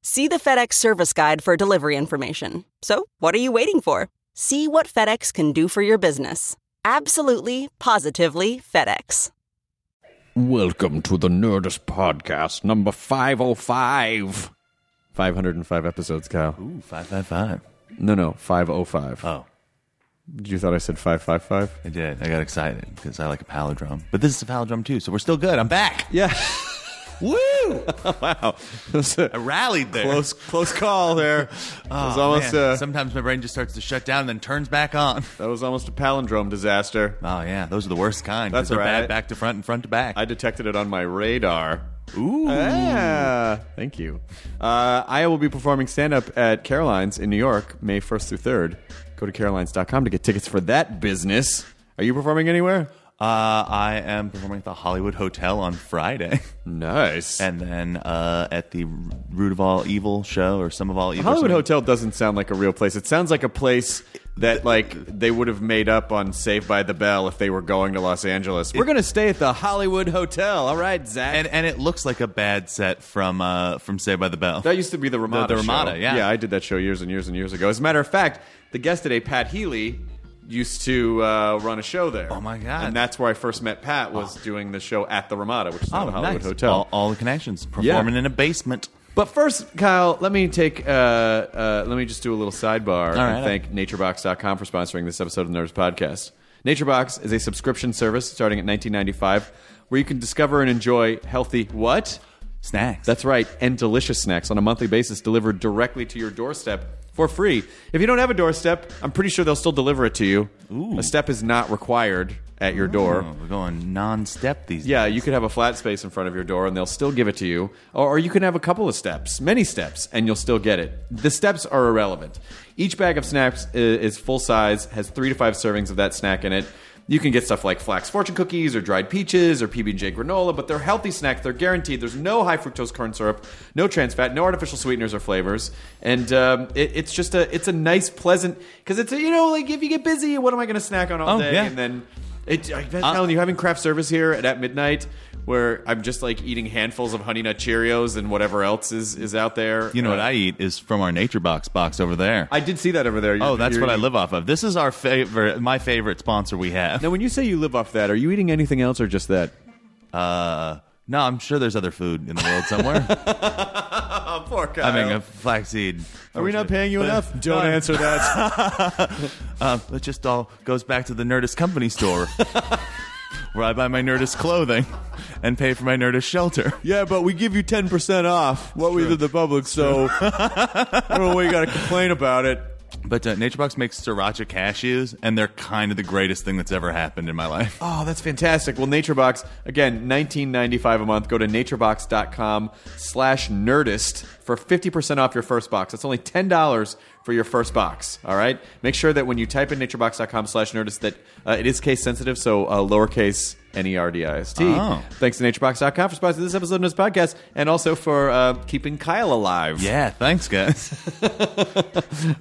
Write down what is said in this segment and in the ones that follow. See the FedEx service guide for delivery information. So, what are you waiting for? See what FedEx can do for your business. Absolutely, positively FedEx. Welcome to the Nerdist Podcast, number 505. 505 episodes, Kyle. Ooh, five five five. No, no, 505. Uh, Oh, You thought I said 555? I did. I got excited because I like a palindrome. But this is a palindrome too, so we're still good. I'm back. Yeah. Woo! wow. That was a I rallied there. close, close call there. that, Oh, was almost uh, man. a, Sometimes my brain just starts to shut down and then turns back on. that was almost a palindrome disaster. Oh yeah, those are the worst kind. 'cause That's all they're bad right. back to front and front to back. I detected it on my radar. Ooh. Ah, thank you. Uh, I will be performing stand up at Caroline's in New York, May 1st through 3rd. Go to carolines.com to get tickets for that business. Are you performing anywhere? Uh, I am performing at the Hollywood Hotel on Friday, Nice. and then uh, at the Root of All Evil show or Some of All Evil. Hollywood something. Hotel doesn't sound like a real place. It sounds like a place that like they would have made up on Saved by the Bell if they were going to Los Angeles. We're gonna stay at the Hollywood Hotel. All right, Zach. and and it looks like a bad set from uh, from Saved by the Bell. that used to be the Ramada. The- the Ramada, show. yeah. Yeah, I did that show years and years and years ago. As a matter of fact, the guest today, Pat Healy, used to uh, run a show there. Oh, my God. And that's where I first met Pat. Was doing the show at the Ramada, which is now oh, the Hollywood nice. Hotel. All, all the connections performing in a basement. But first, Kyle, let me take uh, uh, let me just do a little sidebar and right. thank naturebox.com for sponsoring this episode of the Nerds Podcast. Naturebox is a subscription service starting at 19.95 where you can discover and enjoy healthy what? Snacks. That's right, and delicious snacks on a monthly basis delivered directly to your doorstep for free. If you don't have a doorstep, I'm pretty sure they'll still deliver it to you. A step is not required at your door. Oh, we're going non-step these Yeah, you could have a flat space in front of your door and they'll still give it to you. Or, or you can have a couple of steps, many steps, and you'll still get it. The steps are irrelevant. Each bag of snacks i- is full size, has three to five servings of that snack in it. You can get stuff like flax fortune cookies or dried peaches or PB&J granola, but they're healthy snacks. They're guaranteed. There's no high fructose corn syrup, no trans fat, no artificial sweeteners or flavors, and um, it, it's just a it's a nice, pleasant because it's a, you know like if you get busy, what am I going to snack on all Oh, day? yeah. And then it, I bet, Alan, you having craft service here at, at midnight where I'm just like eating handfuls of Honey Nut Cheerios and whatever else is, is out there. You know what Uh, I eat is from our Nature Box box over there. I did see that over there. You're- oh, that's you're what I eating- live off of. This is our favorite, my favorite sponsor we have. Now, when you say you live off that, are you eating anything else or just that? Uh, no, I'm sure there's other food in the world somewhere. Oh, poor Kyle. I mean, a flaxseed. are we not paying you enough? Don't answer that. Um, it just all goes back to the Nerdist company store, where I buy my Nerdist clothing and pay for my Nerdist shelter. yeah, but we give you 10% off what we did the public, so I don't know why you got to complain about it. But uh, NatureBox makes sriracha cashews, and they're kind of the greatest thing that's ever happened in my life. Oh, that's fantastic. Well, NatureBox, again, nineteen ninety five a month. Go to naturebox.com slash nerdist for 50% off your first box. That's only $10 for your first box, all right? Make sure that when you type in naturebox.com slash nerdist that uh, it is case sensitive, so uh, lowercase E N-E-R-D-I-S-T. Oh. Thanks to naturebox.com for sponsoring this episode of this podcast and also for uh, keeping Kyle alive. Yeah, thanks, guys.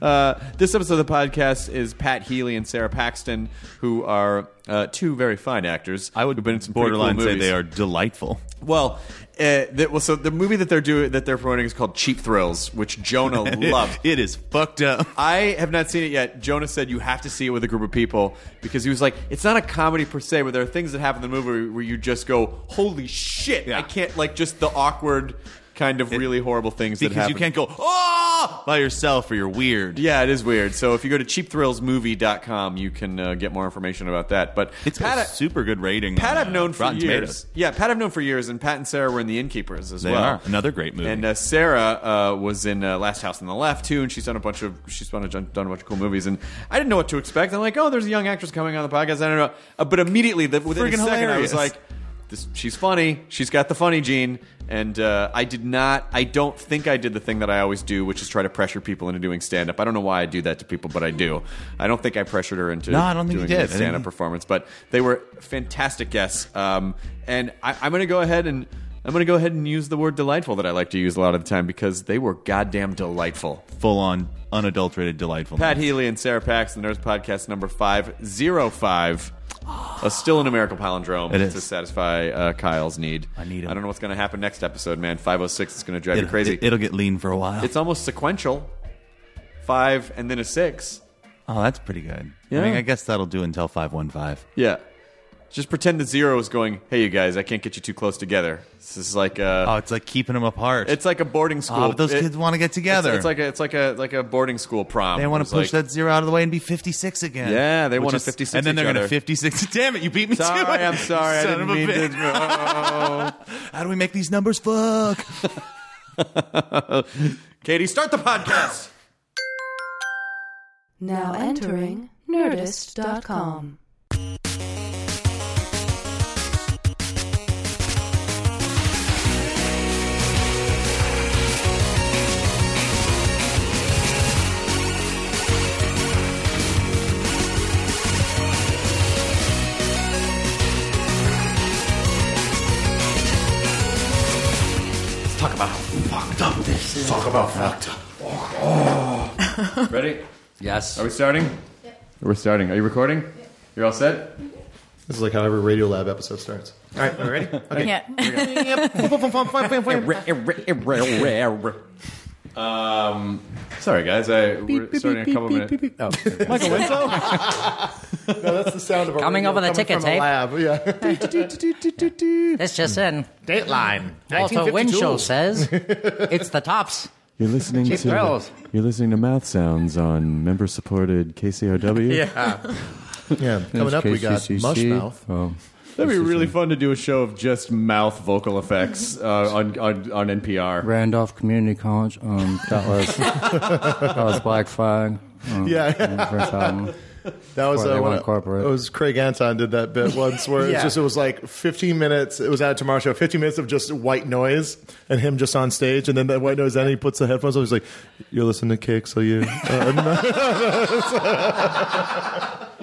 Uh, this episode of the podcast is Pat Healy and Sarah Paxton, who are uh, two very fine actors. I would who've been in some pretty cool borderline say movies. they are delightful. Well, uh, that, well, so the movie that they're doing that they're promoting is called Cheap Thrills, which Jonah loved. It is fucked up. I have not seen it yet. Jonah said you have to see it with a group of people because he was like, it's not a comedy per se, but there are things that happen in the movie where you just go, holy shit! Yeah. I can't like just the awkward kind of really horrible things that because happen. you can't go oh by yourself or you're weird. "Ah!" Yeah, it is weird. So if you go to cheapthrillsmovie.com, you can uh, get more information about that. But It's got Pat, uh, a super good rating. Pat on, I've uh, known for Rotten years. Tomatoes. Yeah, Pat I've known for years, and Pat and Sarah were in The Innkeepers as They well. are another great movie. And uh, Sarah uh, was in uh, Last House on the Left too, and she's done a bunch of she's done a, done a bunch of cool movies. And I didn't know what to expect. I'm like, oh, there's a young actress coming on the podcast. I don't know, uh, but immediately the, within a Friggin' second, I hilarious. was like, this, she's funny. She's got the funny gene. And uh, I did not. I don't think I did the thing that I always do, which is try to pressure people into doing stand up. I don't know why I do that to people, but I do. I don't think I pressured her into No, I don't think you doing did. I think stand up you- performance, but they were fantastic guests. Um, and I, I'm going to go ahead and I'm going to go ahead and use the word delightful that I like to use a lot of the time because they were goddamn delightful. full on unadulterated delightful. Pat Healy and Sarah Pax, the Nerds Podcast number five zero five. Uh, still an American palindrome It is. to satisfy uh, Kyle's need. I need him. I don't know what's going to happen next episode, man. Five oh six is going to drive you crazy. It, will get lean for a while. it's almost sequential. Five and then a six. oh, that's pretty good. Yeah. I mean, I guess that'll do until five one five. Yeah. Just pretend the zero is going, hey, you guys, I can't get you too close together. This is like uh, a, Oh, it's like keeping them apart. it's like a boarding school. oh, but those It- kids want to get it's- together. It's, like a, it's like a, like a boarding school prom. they want It's to push like, that zero out of the way and be fifty six again. Yeah, they Which wanna is- 56 and then each they're other. gonna fifty six. Damn it, you beat me to it. Sorry, I'm sorry. I Son didn't of a mean Oh. bitch. to. How do we make these numbers fuck? Katie, start the podcast. Now entering Nerdist.com. Talk about how fucked up this is. Talk about fucked up. Ready? Yes. Are we starting? We're starting. Are you recording? You're all set? This is like how every Radio Lab episode starts. All right, are we ready? Okay. Um, sorry, guys. I, we're starting in a couple minutes. Oh, Michael Winslow? No, that's the sound of a Coming radio over the coming ticker from a tape. Lab. Yeah. this just in. Hmm. Dateline. Walter Winchell says it's the tops. You're listening Cheap to thrills. You're listening to Mouth Sounds on member-supported KCOW. Yeah. Coming up, we got Mushmouth. Oh. That'd be really fun to do a show of just mouth vocal effects uh, on, on on NPR. Randolph Community College. Um, that was that was Black Flag. Oh. Um, Yeah. and the first album. That was Or they uh, want one to incorporate. It was Craig Anton did that bit once where it's just it was like 15 minutes. It was at a Tomorrow Show, 15 minutes of just white noise and him just on stage, and then that white noise. And he puts the headphones on. He's like, "You're listening to Kick, so you." Uh,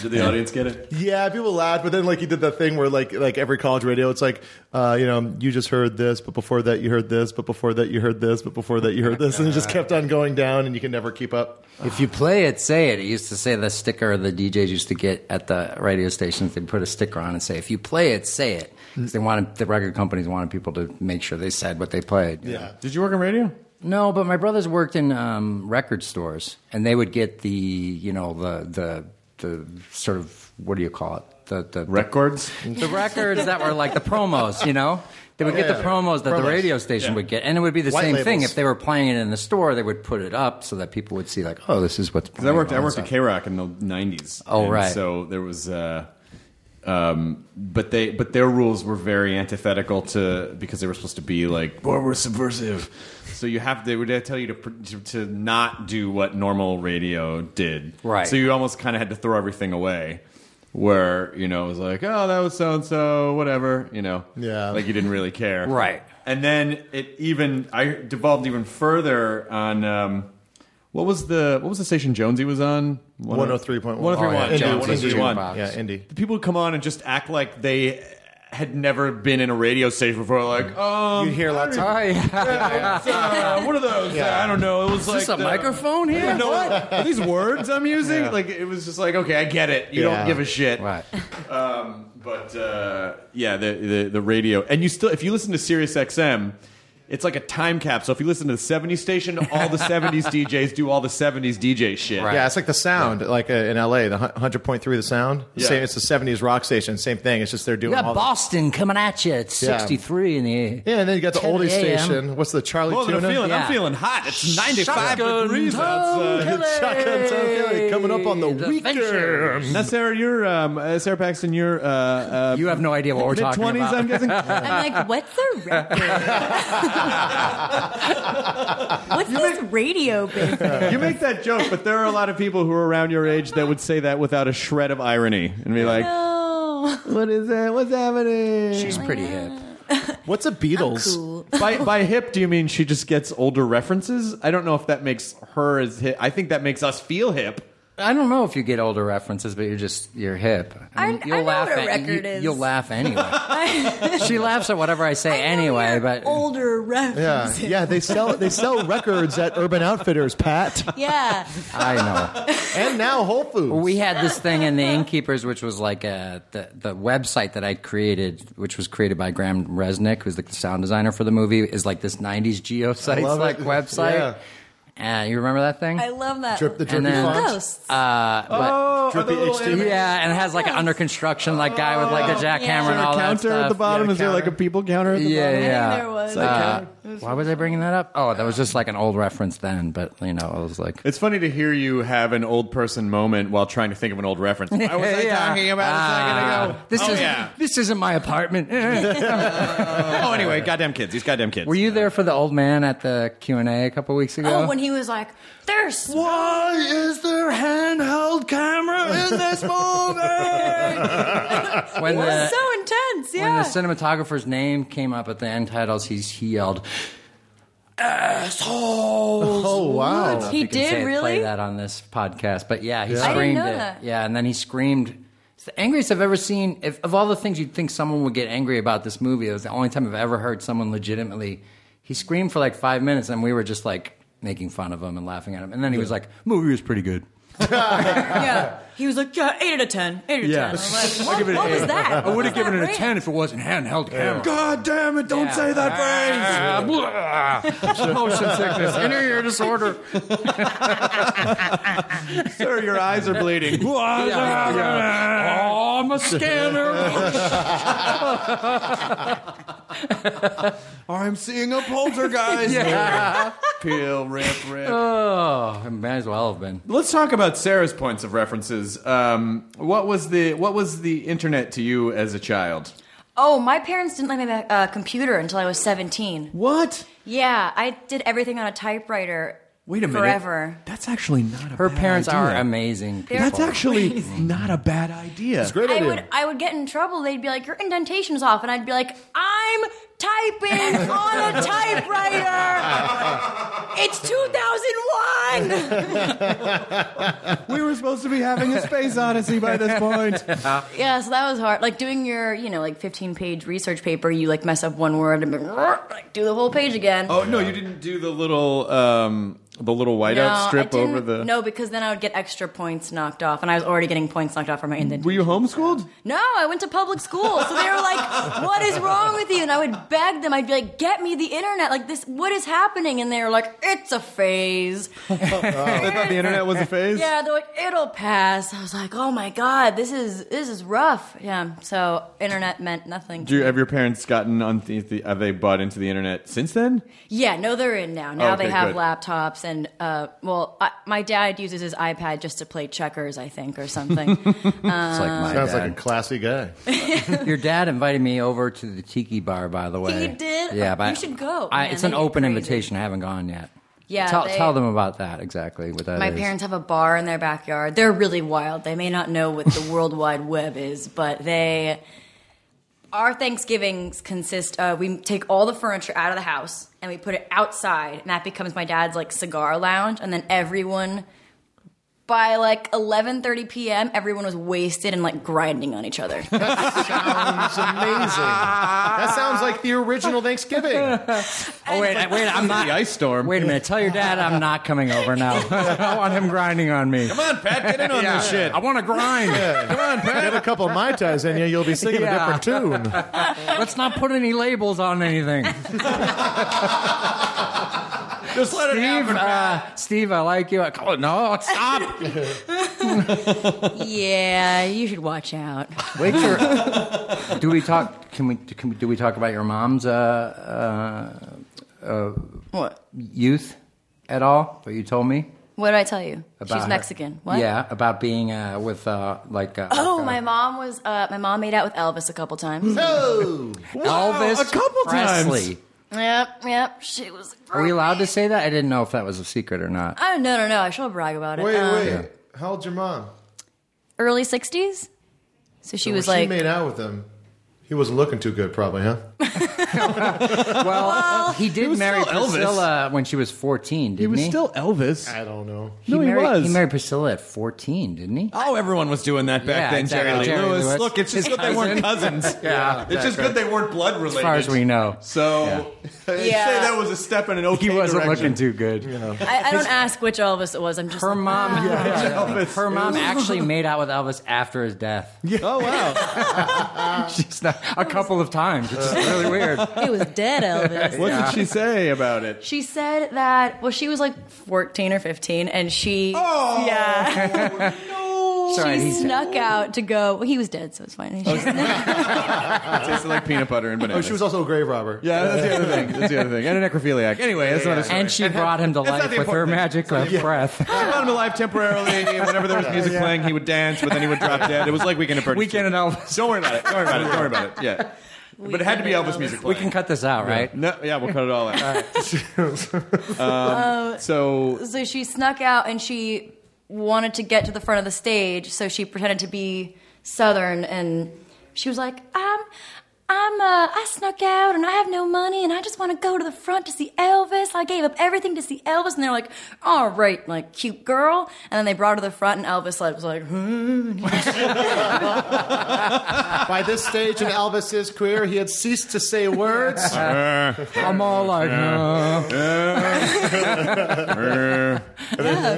Did the audience get it? Yeah, people laughed, but then like he did that thing where like like every college radio, it's like uh, you know you just heard this, but before that you heard this, but before that you heard this, but before that you heard this, and it just kept on going down, and you can never keep up. If you play it, say it. It used to say the sticker the DJs used to get at the radio stations. They'd put a sticker on and say, "If you play it, say it," Hmm. because they wanted the record companies wanted people to make sure they said what they played. you know? Did you work on radio? No, but my brothers worked in um, record stores, and they would get the you know the the the sort of what do you call it the the Records? the records that were like the promos, you know. They would get Yeah. the promos that Promos. the radio station would get, and it would be the White same thing. labels. If they were playing it in the store, they would put it up so that people would see, like, oh, this is what's. Because I worked, I worked at K Rock in the '90s. Oh, And right. So there was, uh, um, but they, but their rules were very antithetical to because they were supposed to be like, "Well, we're subversive." So you have they would tell you to, pr- to to not do what normal radio did. Right. So you almost kind of had to throw everything away. Where you know it was like, "Oh, that was so and so, whatever," you know. Yeah. Like you didn't really care. Right. And then it even I devolved even further on um, what was the what was the station Jonesy was on? 103.1. Oh, yeah, Yeah, Jonesy, 103.1. Jukebox. Yeah, indie. The people would come on and just act like they had never been in a radio station before. Like, um, You'd hear lots of- Oh, yeah. it's, uh, what are those? Yeah. I don't know. It was like this a the- microphone here? I don't know. are these words I'm using? Like, it was just like, okay, I get it. You Yeah. don't give a shit. Right. Um, but uh, yeah, the, the the radio, and you still if you listen to Sirius XM, It's like a time capsule. If you listen to the 70s station, all the 70s DJs do all the 70s DJ shit. Right. Yeah, it's like the sound, like uh, in LA, the hundred point three, the sound. Yeah. Same, it's the seventies rock station, same thing. It's just they're You doing all got the- Boston coming at you at 63 in the yeah, and then you got the 10 oldie a.m.. station. What's the Charlie Well, I'm Tuna? feeling, Yeah. I'm feeling hot. It's 95 Shotgun degrees Tom outside. Kelly. Shotgun Tom Kelly coming up on the Adventure. weekend. Now, Sarah, you're um, uh, Sarah Paxton. You're uh, uh, You have no idea what we're mid talking twenties, about. I'm guessing. I'm like, what's the record? what's this radio business? you make that joke, but there are a lot of people who are around your age that would say that without a shred of irony and be like, No. "What is that? What's happening?" She's pretty hip. What's a Beatles? Cool. by by hip, do you mean she just gets older references? I don't know if that makes her as hip. I think that makes us feel hip. I don't know if you get older references, but you're just you're hip. I- mean, I know what a record you, is. You'll laugh anyway. she laughs at whatever I say I know anyway. Oh, you're But older Yeah, references. yeah. They sell they sell records at Urban Outfitters, Pat, Yeah. I know. and now Whole Foods. We had this thing in the Innkeepers, which was like a, the the website that I created, which was created by Graham Resnick, who's like the sound designer for the movie, is like this '90s I geosites love like it. website. And you remember that thing? I love that. Drip the drippy then- font. Ghosts. Oh, Drippy HD. yeah, and it has like an under construction like guy with like a jackhammer yeah. and all that counter stuff. at the bottom. Yeah, is there like a counter. people counter? At the Yeah, bottom? yeah. I think there was. Uh, why was I bringing that up? Oh, that was just like an old reference then, but you know, I was like, It's funny to hear you have an old person moment while trying to think of an old reference. Why was I talking about a second ago? Ah. This oh, is yeah. this isn't my apartment. Eh. oh, anyway, goddamn kids. These goddamn kids. Were you there for the old man at the Q and A a couple weeks ago? Oh, when he was like, there's Why is there handheld camera in this movie? when the That's so intense. Uh, when Yeah. the cinematographer's name came up at the end titles, he's he yelled. Assholes! Oh, wow. I don't know if He you can did, say- really? play that on this podcast, but yeah, he I didn't screamed know it. that. Yeah, and then he screamed. It's the angriest I've ever seen. If, of all the things you'd think someone would get angry about this movie, it was the only time I've ever heard someone legitimately. He screamed for like five minutes, and we were just like making fun of him and laughing at him, and then he was like, "Movie was pretty good." yeah. He was like, yeah, 8 out of 10. 8 out of uh, Yeah. 10. I was like, what, what was that? I What would have was given it that a rant? ten if it wasn't handheld camera. God damn it! Don't say that phrase. phrase. Motion sickness, inner ear disorder. Sir, your eyes are bleeding. Oh, I'm a scammer. I'm seeing a poltergeist. Yeah. Peel, rip, rip. Oh, I may as well have been. Let's talk about Sarah's points of references. Um, what was the what was the internet to you as a child? Oh, my parents didn't let me have a uh, computer until I was 17. What? Yeah, I did everything on a typewriter Wait a minute. forever. That's actually not a Her bad parents idea. are amazing. People. That's actually not a bad idea. It's Great I idea. would I would get in trouble. They'd be like, "Your indentation's off," and I'd be like, "I'm typing on a typewriter. It's 2001." We were supposed to be having a space odyssey by this point. yeah, so that was hard. Like doing your, you know, like 15-page research paper, you like mess up one word and be, like do the whole page again. Oh no, you didn't do the little um, the little whiteout strip over the. No, because then I would get extra points knocked off, and I was already getting points knocked off for my indentation. Were you homeschooled? No, I went to public school. So they were like, what is wrong with you? And I would beg them, I'd be like, get me the internet. Like, this, what is happening? And they were like, it's a phase. I thought the internet was a phase. Yeah, they're like, it'll pass. I was like, oh my God, this is, this is rough. Yeah, so internet meant nothing. Do you, have your parents gotten on the, the- have they bought into the internet since then? Yeah, no, they're in now. Now Okay, they have good. laptops, and uh, well, I, my dad uses his iPad just to play checkers, I think, or something. It's like my Sounds dad. like a classy guy. Your dad invited me over to the tiki bar, by the way. He did? Yeah, but You should go. I, Man, it's an they get open crazy. invitation. I haven't gone yet. Yeah, tell, they- tell them about that exactly. What that My is. parents have a bar in their backyard. They're really wild. They may not know what the World Wide Web is, but they. Our Thanksgivings consist of we take all the furniture out of the house and we put it outside, and that becomes my dad's like cigar lounge, and then everyone by like 11:30 p.m., everyone was wasted and like grinding on each other. Sounds amazing. That sounds like the original Thanksgiving. Oh wait, wait, I'm not. the ice storm. Wait a minute. Tell your dad I'm not coming over now. I want him grinding on me. Come on, Pat, get in on this shit. I want to grind. Come on, Get a Pat. couple of Mai Tais in you, you'll be singing Yeah. a different tune. Let's not put any labels on anything. Just let it Steve, happen. uh, Steve, I like you. I call it, no, stop. yeah, you should watch out. Wait, your. Do we talk? Can we? Can we? Do we talk about your mom's uh, What? uh, youth at all? What you told me. What did I tell you? About She's her- Mexican. What? Yeah, about being uh, with uh, like. Uh, Oh, uh, my mom was. Uh, my mom made out with Elvis a couple times. Oh, Elvis a couple times. Presley. yep, yep. She was. Are we allowed to say that? I didn't know if that was a secret or not. Oh no, no, no! I shall brag about it. wait, Um, wait. How old's your mom? Early '60s. So she When was she like, made out with him. He wasn't looking too good, probably, huh? Well, he did marry still Elvis. Priscilla when she was 14, didn't he? He was still Elvis. I don't know. He no, he married, was. He married Priscilla at 14, didn't he? Oh, everyone was doing that back Yeah, then. exactly. Jerry, Lee Jerry Lewis. Lewis. Look, it's just His good they weren't cousins. Yeah, It's just good they weren't blood related. as far as we know. So I'd Yeah. say that was a step in an okay He wasn't direction. looking too good. I, I don't ask which Elvis it was. I'm just Her like, "Ah, mom, Elvis. her mom actually made out with Elvis after his death. Oh wow! She's not, a couple of times. It's just really weird. It was dead Elvis. What did she say about it? She said that. Well, she was like 14 or 15, and she Oh. yeah, Sorry, she he's snuck out to go. Well, he was dead, so it's fine. She It tasted like peanut butter and bananas. She was also a grave robber. Yeah, that's the other thing. That's the other thing. And a necrophiliac. Anyway, that's another story. and she brought him to That's not life the with her important thing. magic of breath. I brought him alive temporarily, and whenever there was music playing, he would dance, but then he would drop dead. It was like Weekend at Bernie's. Weekend at Elvis. Don't worry about it. Don't worry about it. Don't worry about it. Yeah. but it had to be Elvis music We playing. can cut this out, right? No, yeah, we'll cut it all out. um, so so she snuck out and she wanted to get to the front of the stage so she pretended to be southern and she was like i'm i'm uh, i snuck out and i have no money and i just want to go to the front to see elvis i gave up everything to see elvis and they're like all right like cute girl and then they brought her to the front and elvis like was like "Hmm, By this stage in Elvis's career, he had ceased to say words. Uh, uh, I'm all like, uh, uh,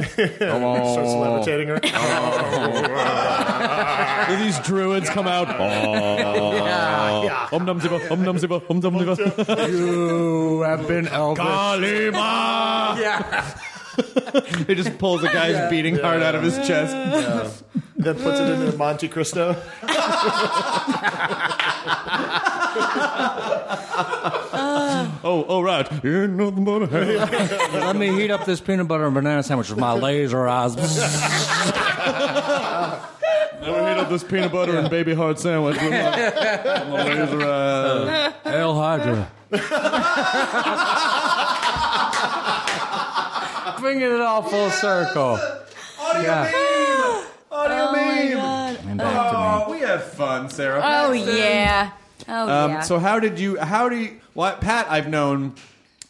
Starts levitating her. These druids come out. Um dum ziba, um dum ziba, um dum ziba. you have been Elvis. Kalima! he just pulls a guy's beating heart out of his chest. then puts it into Monte Cristo. Oh, oh, right. You ain't nothing but a hand. Let me heat up this peanut butter and banana sandwich with my laser eyes. Never heat up this peanut butter and baby hard sandwich with my, my laser eyes. El Hydra. Bringing it all full circle. Audio Yeah. Oh meme! Audio meme! And back to me. Oh, we have fun, Sarah. oh Paxton. yeah oh Um, yeah So how did you? How do you? Well, Pat, I've known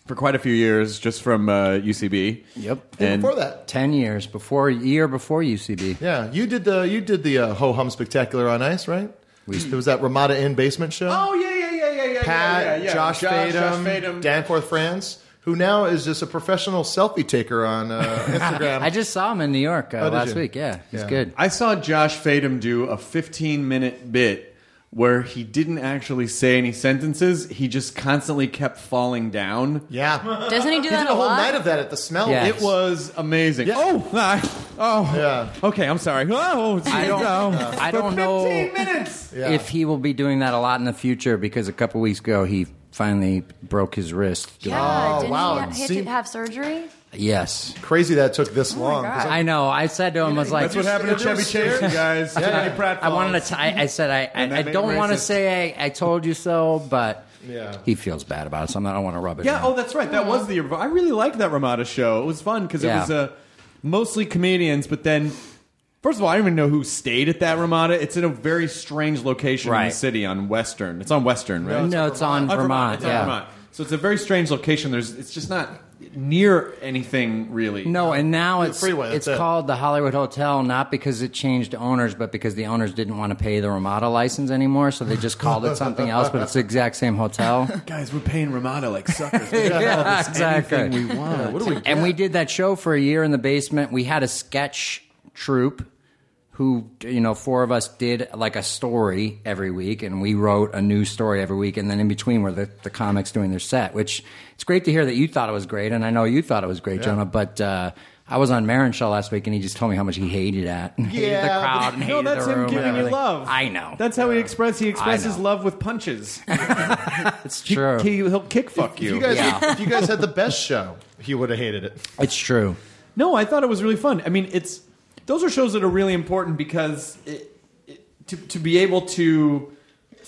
for quite a few years, just from uh, UCB. Yep. And Before that, Ten years before, year before UCB. yeah, you did the you did the uh, Ho Hum Spectacular on Ice, right? it was that Ramada Inn basement show. Oh yeah, yeah, yeah, yeah, yeah. Pat, yeah, yeah, yeah. Josh, Fadum, Fadum. Danforth France, who now is just a professional selfie taker on uh, Instagram. I just saw him in New York Oh, uh, did last you? week. Yeah, he's Yeah. good. I saw Josh Fadum do a 15 minute bit where he didn't actually say any sentences. He just constantly kept falling down. yeah, doesn't he do he that did a whole lot night of that at the smell. Yeah. It was amazing. Oh, I, oh, Yeah. Okay, I'm sorry. Oh, I don't, no. I don't know if he will be doing that a lot in the future because a couple weeks ago he finally broke his wrist. yeah Oh, didn't wow. he, ha- he had See- to have surgery Yes. Crazy that it took this long. 'cause I know. I said to him, I was like, That's what happened to Chevy Chase, you guys. Johnny Pratt I wanted falls. to. T- I, I said I. And I, that I made don't him want to racist. say I, I told you so, but Yeah. he feels bad about it, so I'm not- I don't want to rub it. Yeah. in. Oh, that's right. That was the. I really liked that Ramada show. It was fun because it Yeah. was uh, mostly comedians, but then. First of all, I don't even know who stayed at that Ramada. It's in a very strange location in Right. the city on Western. It's on Western, right? no, it's on On Vermont. It's on yeah. Vermont. So it's a very strange location. There's. It's just not near anything really. No, and now it's freeway, that's it. it's called the Hollywood Hotel, not because it changed owners, but because the owners didn't want to pay the Ramada license anymore, so they just called it something else. But it's the exact same hotel. Guys, we're paying Ramada like suckers. We got all yeah, this exactly. anything we want. What do we and we did that show for a year in the basement. We had a sketch troupe who, you know, four of us did like a story every week, and we wrote a new story every week. And then in between were the, the comics doing their set, which it's great to hear that you thought it was great. And I know you thought it was great, Jonah, but. Uh, I was on Marin's show last week, and he just told me how much he hated that, and hated the Yeah, crowd, and but- hated no, that's the room him and giving you everything. love. I know. That's how he expresses. He expresses know. love with punches. It's true. He, he'll kick fuck If you. you guys, if you guys had the best show, he would have hated it. it's true. No, I thought it was really fun. I mean, it's those are shows that are really important because it, it, to to be able to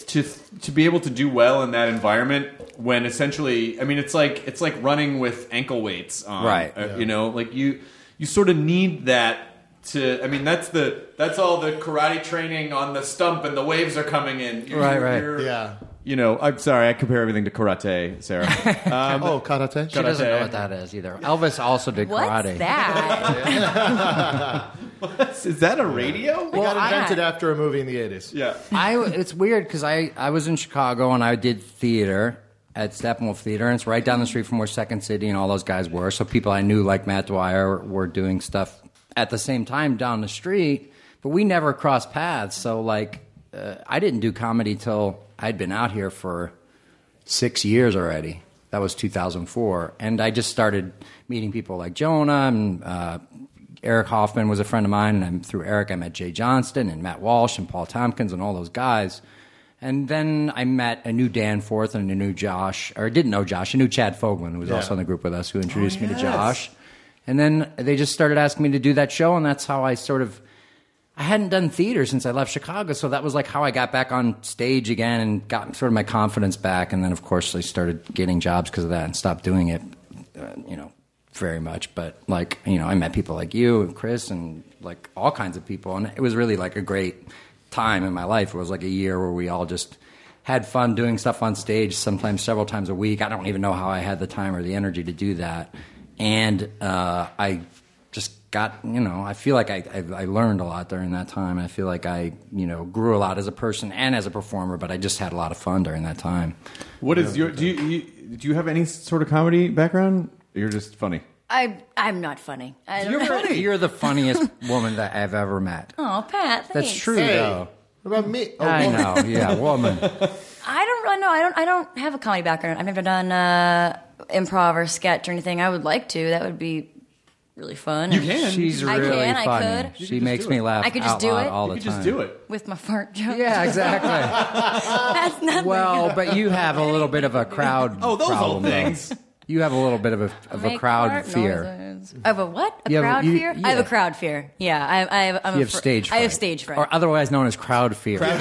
to to be able to do well in that environment when essentially, I mean, it's like it's like running with ankle weights on, Right. uh, You know, like you you sort of need that. To, I mean, that's the that's all the karate training on the stump, and the waves are coming in. You're- Right, right. you're- Yeah. You know, I'm sorry, I compare everything to karate, Sarah. Um, Oh, karate. She doesn't know what that is either. Elvis also did What's karate. that? is that a radio? It got invented after a movie in the eighties. Yeah. I it's weird because I I was in Chicago and I did theater at Steppenwolf Theater and it's right down the street from where Second City and all those guys were. So people I knew like Matt Dwyer were doing stuff at the same time down the street, but we never crossed paths. So like uh, I didn't do comedy till I'd been out here for six years already. That was 2004, and I just started meeting people like Jonah and uh, Eric Hoffman was a friend of mine, and I'm, through Eric I met Jay Johnston and Matt Walsh and Paul Tompkins and all those guys. And then I met a new Danforth and a new Josh, or I didn't know Josh, I knew Chad Foglin, who was also in the group with us, who introduced me to Josh. And then they just started asking me to do that show, and that's how I sort of I hadn't done theater since I left Chicago, so that was like how I got back on stage again and got sort of my confidence back. And then, of course, I started getting jobs because of that and stopped doing it, uh, you know, very much. But like, you know, I met people like you and Chris and like all kinds of people, and it was really like a great time in my life. It was like a year where we all just had fun doing stuff on stage, sometimes several times a week. I don't even know how I had the time or the energy to do that, and uh, I just got you know i feel like I, I i learned a lot during that time i feel like i you know grew a lot as a person and as a performer but i just had a lot of fun during that time What is your do you, you do you have any sort of comedy background? You're just funny. I I'm not funny. I don't know. you're the funniest woman that i've ever met Oh, Pat, thanks. that's true though What about me? Oh, i well, know yeah woman I don't really know. I don't. I don't have a comedy background. I've never done uh, improv or sketch or anything. I would like to. That would be really fun. You can. she's I really can, I funny could. You she makes me laugh I could just out do loud it. all You the could time just do it. with my fart joke. yeah exactly that's not well but you have a little bit of a crowd Oh, those problem, old though. things. you have a little bit of a of a Make crowd fart fear noises. Of a what? A You have a- crowd you- fear? I have a yeah. crowd fear. Yeah, I, I have. I'm you a have fr- stage fright. I have stage fright. Or otherwise known as crowd fear. I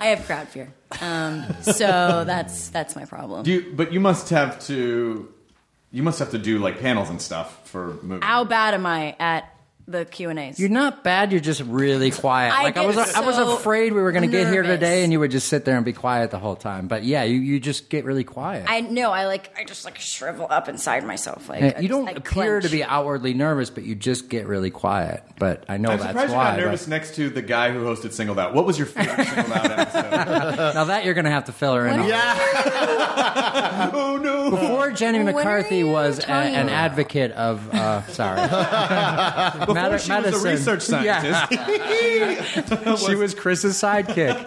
have crowd fear. Um, so that's that's my problem. Do you, but you must have to you must have to do like panels and stuff for movies. How bad am I at the Q and A's? You're not bad. You're just really quiet. I like I get was, I was so afraid we were going to get here nervous. today, and you would just sit there and be quiet the whole time. But yeah, you, you just get really quiet. I know. I like. I just like shrivel up inside myself. Like I And just, Eh, you don't like, appear to clench. be outwardly nervous, but you just get really quiet. But I know I'm that's surprised why. you're not nervous but- next to the guy who hosted Singled Out. What was your favorite Singled Out episode? now that you're going to have to fill her in. on. oh no! Before Jenny When are McCarthy you was a, talking an about? advocate of uh, sorry, Before Medi- she was a medicine. research Yeah. scientist. she was Chris's sidekick.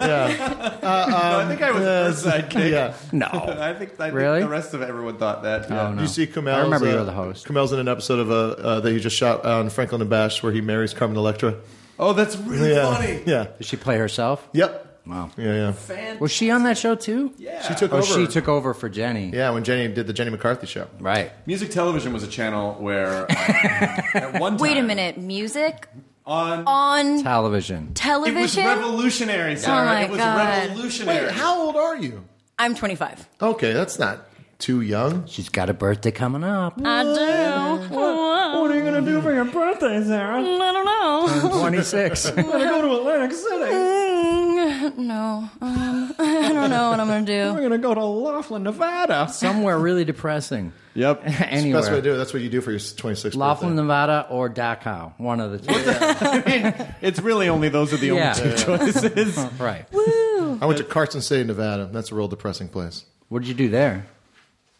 no, I think I was her sidekick. yeah. No, I think, I think Really? Oh, the rest of everyone thought that. yeah. You see, Kumail. I remember you were the host. Kumail's in an episode of a uh, that he just shot on Franklin and Bash, where he marries Carmen Electra. Oh, that's really yeah. funny. Yeah. did she play herself? Yep. Wow. Yeah, yeah. Was she on that show too? She took Oh, over. she took over for Jenny. yeah, when Jenny did the Jenny McCarthy show. Right. Music television was a channel where um, at one time Wait a minute. Music on on Television. it was television. Oh revolutionary, Sarah. my it was God. revolutionary. Wait, how old are you? I'm 25. Okay, that's not too young. She's got a birthday coming up. I do. What are you gonna do for your birthday, Sarah? I don't know. 26. I'm gonna go to Atlantic City. Mm, don't know. Um, I don't know what I'm gonna do. We're gonna go to Laughlin, Nevada. Somewhere really depressing. Yep. Anywhere. That's what I do. That's what you do for your 26th Laughlin, birthday. Nevada, or Dachau. One of the two. It's really only those are the Yeah. only two choices. right. I went to Carson City, Nevada. That's a real depressing place. What did you do there?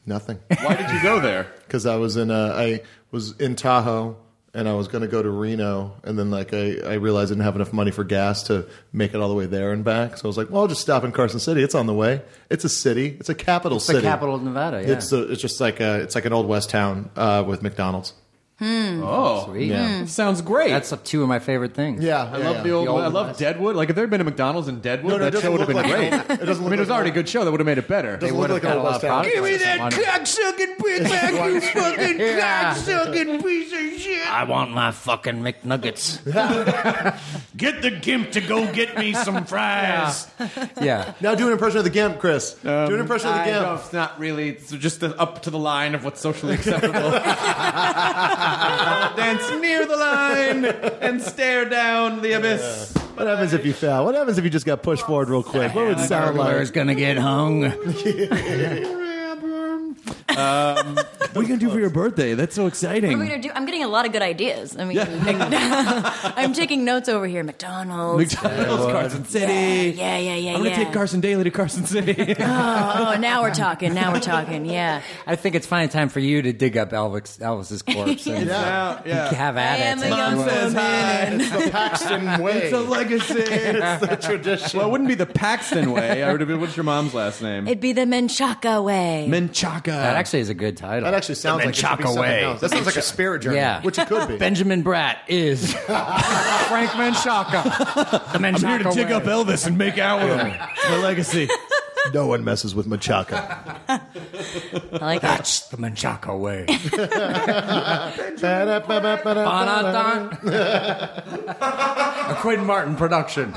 Nothing. Why did you go there? because I was in uh, I was in Tahoe and I was going to go to Reno and then like I, I realized I didn't have enough money for gas to make it all the way there and back. So I was like, well, I'll just stop in Carson City. It's on the way. It's a city. It's a capital It's city. the capital of Nevada. Yeah. It's the, it's just like a, it's like an old west town uh, with McDonald's. Oh, Sweet. Hmm. sounds great. That's two of my favorite things. Yeah, I love the old. I love Deadwood. Like if there had been a McDonald's in Deadwood, no, it that doesn't show would have been look great. like- it doesn't I look mean, it was like- already a good show. That would have made it better. Doesn't would look like have had a a lot of West End. product Give me placement on cocksucking it. pigback, you fucking Yeah. cocksucking piece of shit. I want my fucking McNuggets. Get the gimp to go get me some fries. yeah. Now do an impression of the Gimp, Chris. do an impression of the I know Gimp. it's not really. It's just the, up to the line of what's socially acceptable. Dance near the line and stare down the abyss. What happens if you fail? What happens if you just got pushed forward real quick? What would it sound Burglar's like? gonna get hung. What are you gonna do for your birthday? That's so exciting. What are we gonna do? I'm getting a lot of good ideas. I mean, I'm taking notes over here. McDonald's. McDonald's, Carson City. Yeah, yeah, yeah, I'm yeah. gonna take Carson Daly to Carson City. Oh, now we're talking. Now we're talking. Yeah. I think it's finally time for you to dig up Elvis, Elvis's corpse. And yeah, Have at I am it. a young says hi. It's the Paxton way. It's a legacy. it's the tradition. Well, it wouldn't be the Paxton way. I would have been. What's your mom's last name? It'd be the Menchaca way. Menchaca. That actually is a good title. that actually sounds like it should be Menchaca something way. else. That sounds like a spirit journey, Yeah. which it could be. Benjamin Bratt is Frank Menchaca. The Menchaca I'm here to dig way. up Elvis and make out with him. It's my legacy. no one messes with Machaca. I like that. That's the Menchaca way. Ba-da-ba-ba-ba-da-ba-da. Ba-da-dun. a Quinn Martin production.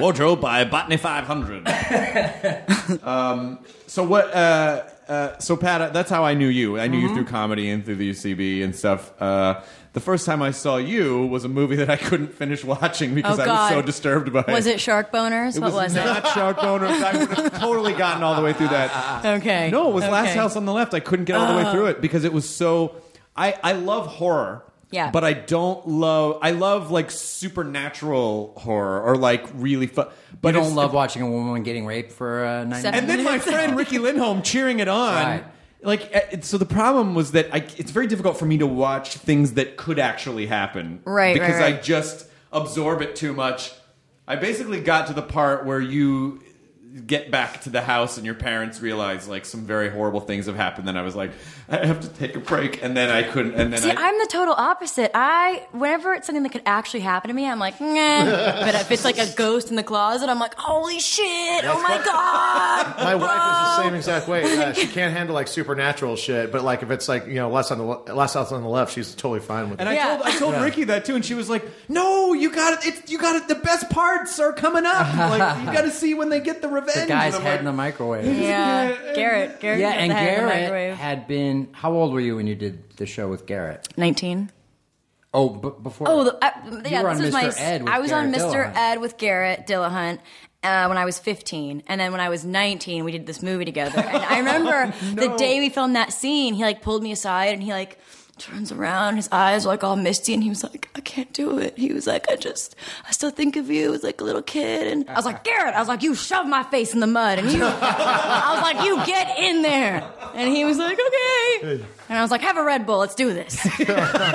Wardrobe by Botany 500. um, so what? Uh, uh, so Pat, uh, that's how I knew you. I knew Mm-hmm. you through comedy and through the UCB and stuff. Uh, the first time I saw you was a movie that I couldn't finish watching because Oh, I was so God. disturbed by. Was it shark boners? It what was, was not Sharkboner. I would have totally gotten all the way through that. it? Okay. No, it was Last Okay. House on the Left. I couldn't get all the way through it because it was so. I I love horror. Yeah. But I don't love. I love like supernatural horror or like really fun. But You don't it's- love watching a woman getting raped for uh, nine Seven And then my friend Ricky Lindholm cheering it on. Right. Like uh, it- so, the problem was that I, it's very difficult for me to watch things that could actually happen, Right, right, Because I right. just absorb it too much. I basically got to the part where you get back to the house and your parents realize like some very horrible things have happened. Then I was like, I have to take a break, and then I couldn't. And then See, I, I'm the total opposite. I, whenever it's something that could actually happen to me, I'm like, nah. but if it's like a ghost in the closet, I'm like, holy shit! Oh my god! My wife Oh. is the same exact way. Uh, she can't handle like supernatural shit, but like if it's like you know less on the le- less house on the left, she's totally fine with And it. I Yeah. told I told Ricky that too, and she was like, "No, you got it. It's, you got it. The best parts are coming up. Like you got to see when they get the revenge." The guy's And I'm head like, in the microwave. Yeah, Garrett. Garrett. Yeah, got and the head in the Garrett microwave. had been. How old were you when you did the show with Garrett? 19. Oh, b- before. Oh, the, uh, You yeah. were This was my. on Mr. Ed with I was on Garrett Mr. Dillahunt. Ed with Garrett Dillahunt. Uh, when I was 15, and then when I was 19, we did this movie together. And I remember the day we filmed that scene, he like pulled me aside and he like turns around, his eyes were like all misty, and he was like, "I can't do it." He was like, "I just, I still think of you as like a little kid." And I was like, "Garrett," I was like, "You shoved my face in the mud," and you, I was like, "You get in there," and he was like, "Okay," and I was like, "Have a Red Bull, let's do this." It, uh,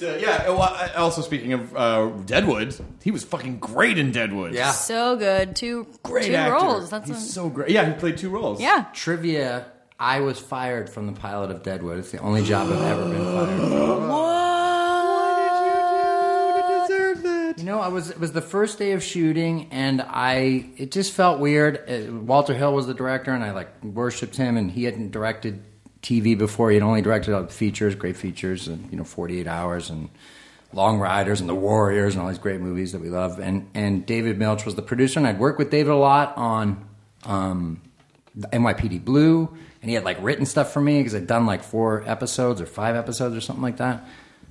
yeah. Well, I- also speaking of uh, Deadwood, he was fucking great in Deadwood. Yeah. So good. Two great two actor. roles. That's He's a- so great. Yeah, he played two roles. yeah. Trivia. I was fired from the pilot of Deadwood. It's the only job I've ever been fired. from. What did you do to deserve that? You know, I was it was the first day of shooting, and I it just felt weird. Uh, Walter Hill was the director, and I like worshipped him, and he hadn't directed TV before. He had only directed uh, features, great features, and you know, Forty Eight Hours and Long Riders and The Warriors and all these great movies that we love. And and David Milch was the producer, and I'd worked with David a lot on um, the NYPD Blue, and he had like written stuff for me because I'd done like four episodes or five episodes or something like that.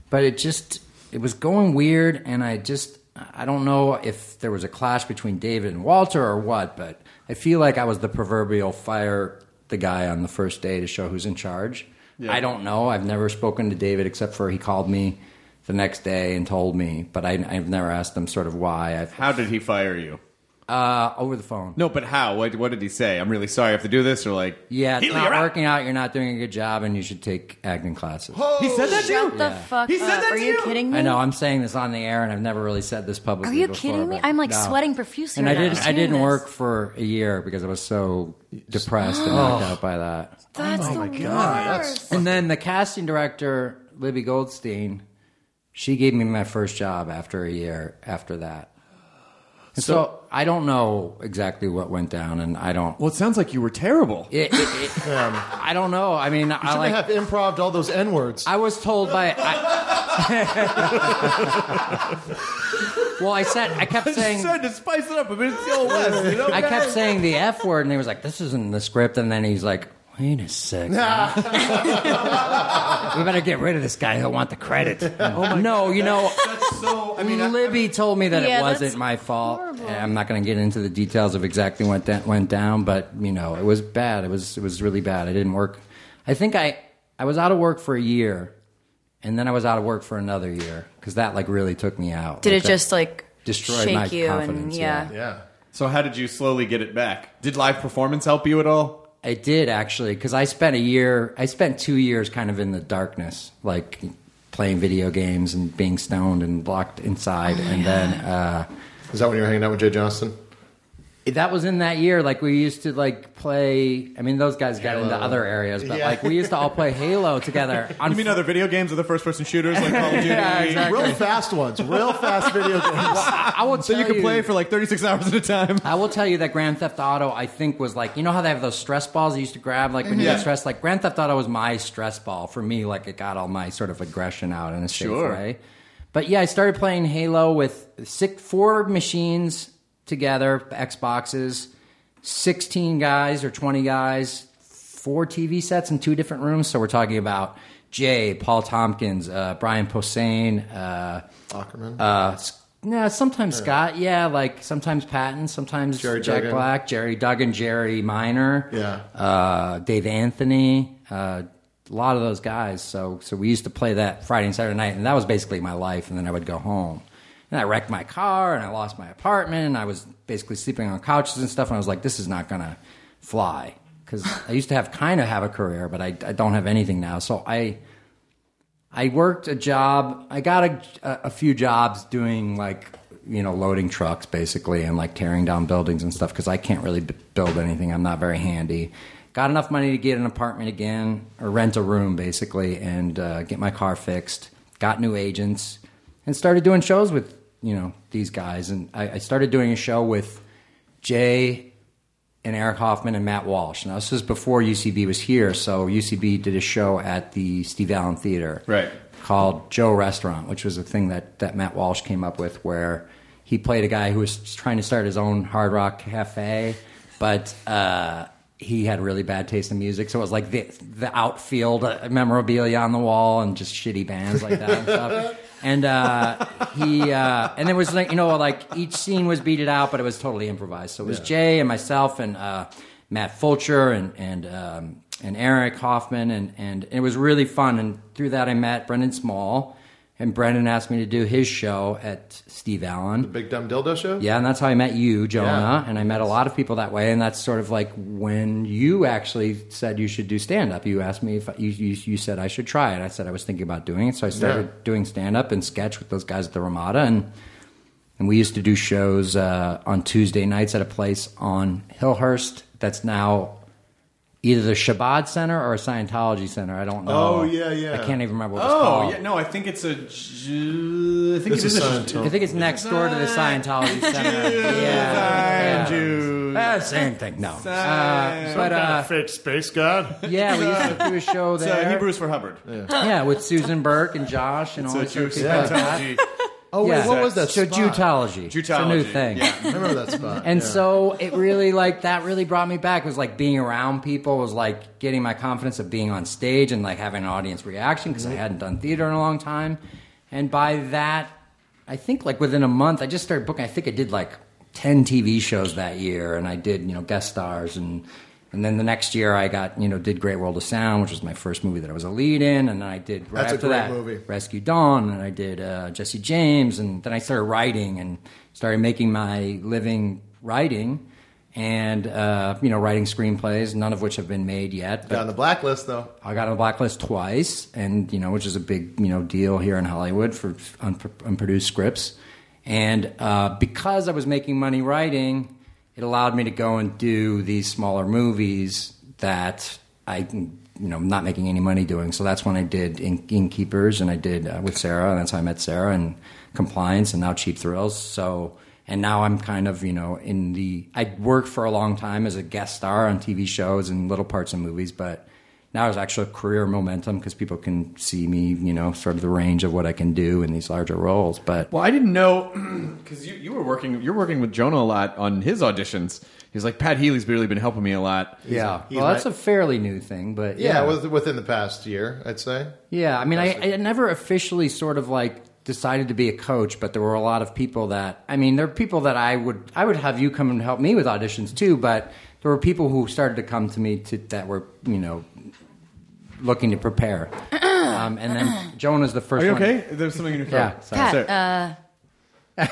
But it just it was going weird, and I just I don't know if there was a clash between David and Walter or what, but I feel like I was the proverbial fire the guy on the first day to show who's in charge. Yeah. I don't know. I've never spoken to David except for he called me the next day and told me, but I, I've never asked him sort of why. I've, How did he fire you? Uh, over the phone. No, but how? What, what did he say? I'm really sorry I have to do this, or like, Yeah, it's Healy, not you're out. working out. You're not doing a good job, and you should take acting classes. He said that to you? Shut the fuck He said up. that Are to you, you? kidding me? I know I'm saying this on the air, and I've never really said this publicly. Are you before, kidding me? but I'm, like, no. sweating profusely And I right now didn't. just I hearing didn't this. work for a year because I was so depressed and knocked Oh. out by that. Oh That's the worst. And then the casting director, Libby Goldstein, she gave me my first job after a year after that. And so, So- I don't know exactly what went down, and I don't. Well, it sounds like you were terrible. It, it, it, I don't know. I mean, You I shouldn't like. have improved all those N words. I was told by. I, well, I said I kept saying. said to spice it up a bit. It's the old west. You know, I kept guys? saying the F word, and he was like, "This isn't in the script." And then he's like, "Wait a second, we better get rid of this guy. He'll want the credit." oh my no, you know, that's so. I mean, Libby told me that Yeah, it that's wasn't my fault. And I'm not going to get into the details of exactly what that went down, but you know, it was bad. It was it was really bad. I didn't work. I think I I was out of work for a year, and then I was out of work for another year because that like really took me out. Did Like, it that just like destroyed shake my you and confidence? yeah. yeah. So how did you slowly get it back? Did live performance help you at all? I did actually, because I spent a year, I spent two years kind of in the darkness, like playing video games and being stoned and locked inside. and then uh, Oh, Is that when you were hanging out with Jay Johnston? that was in that year. Like we used to like play. I mean, those guys got into other areas, but Yeah. like we used to all play Halo together. On you mean other video games or the first person shooters like Call of Duty? Yeah, exactly. Real fast ones. Real fast video games. I will So you tell could play for like 36 hours at a time. I will tell you that Grand Theft Auto, I think, was like you know how they have those stress balls you used to grab like when you Yeah. get stressed. Like Grand Theft Auto was my stress ball for me. Like it got all my sort of aggression out in a safe Sure. way. But yeah, I started playing Halo with six, four machines together, Xboxes, sixteen guys or twenty guys, four TV sets in two different rooms. So we're talking about Jay, Paul Tompkins, uh, Brian Posehn, uh, Ackerman. uh, s- nah, sometimes Scott. Yeah, like sometimes Patton, sometimes Jerry Jack Duggan. Black, Jerry Duggan, Jerry Minor. Yeah. Uh, Dave Anthony. Uh, a lot of those guys. So, so we used to play that Friday and Saturday night, and that was basically my life. And then I would go home, and I wrecked my car, and I lost my apartment, and I was basically sleeping on couches and stuff. And I was like, this is not gonna fly because I used to have kind of have a career, but I, I don't have anything now. So I. I worked a job. I got a, a few jobs doing like you know loading trucks basically and like tearing down buildings and stuff because I can't really b- build anything. I'm not very handy. Got enough money to get an apartment again or rent a room basically and uh, get my car fixed. Got new agents and started doing shows with you know these guys. And I, I started doing a show with Jay and Eric Hoffman and Matt Walsh. Now, this is before UCB was here, so UCB did a show at the Steve Allen Theater Right. called Joe Restaurant, which was a thing that, that Matt Walsh came up with where he played a guy who was trying to start his own hard rock cafe, but uh, he had really bad taste in music. So it was like the, the outfield uh, memorabilia on the wall and just shitty bands like that and stuff. And uh, he uh, and there was like you know like each scene was beaded out, but it was totally improvised. So it was Jay and myself and uh, Matt Fulcher and and um, and Eric Hoffman, and and it was really fun. And through that, I met Brendan Small, and Brendan asked me to do his show at Steve Allen. Big Dumb Dildo Show? Yeah, and that's how I met you, Jonah, Yeah. and I met a lot of people that way. And that's sort of like when you actually said you should do stand up. You asked me if you, you you said I should try it. I said I was thinking about doing it, so I started Yeah. doing stand up and sketch with those guys at the Ramada, and and we used to do shows uh, on Tuesday nights at a place on Hillhurst that's now either the Shabbat Center or a Scientology Center. I don't know. Oh, yeah, yeah. I can't even remember what it's Oh called. yeah, no, I think it's a. ju- I think It's it is a a Uh, Scientology. I think it's next door to the Scientology Center. yeah. yeah. Uh, same thing. No. Uh, but uh, fake space god. yeah, we used to do a show It's uh, there. Hebrews for Hubbard. yeah, with Susan Burke and Josh and all So these other Jewish people. like that. Scientology. Oh, wait, Yeah. what was that? So spot? Jutology. It's a new Jutology, thing. yeah. I remember that spot. And yeah. so it really like that really brought me back. It was like being around people, it was like getting my confidence of being on stage and like having an audience reaction because I hadn't done theater in a long time. And by that, I think like within a month, I just started booking. I think I did like ten TV shows that year, and I did you know guest stars and. And then the next year, I got you know did Great World of Sound, which was my first movie that I was a lead in, and then I did right That's a after great that movie. Rescue Dawn, and I did uh, Jesse James, and then I started writing and started making my living writing, and uh, you know writing screenplays, none of which have been made yet. Got on the blacklist though. I got on the blacklist twice, and you know, which is a big you know deal here in Hollywood for un- unproduced scripts. And uh, because I was making money writing, it allowed me to go and do these smaller movies that I, you know, I'm not making any money doing. So that's when I did In- Innkeepers, and I did uh, with Sarah, and that's how I met Sarah, and Compliance, and now Cheap Thrills. So. And now I'm kind of, you know, in the. I worked for a long time as a guest star on TV shows and little parts in movies, but now is actual career momentum because people can see me, you know, sort of the range of what I can do in these larger roles. But Well, I didn't know because you, you were working you're working with Jonah a lot on his auditions. He's like Pat Healy's really been helping me a lot. yeah, he's well, that's my- a fairly new thing. But Yeah, yeah, yeah, with- within the past year, I'd say. I mean, I, I never officially sort of like decided to be a coach, but there were a lot of people that I mean, there are people that I would I would have you come and help me with auditions too. But there were people who started to come to me to, that were you know looking to prepare. Um, and then Jonah's the first Are you one. okay? There's something in your throat. Yeah, sorry. Pat, So- uh,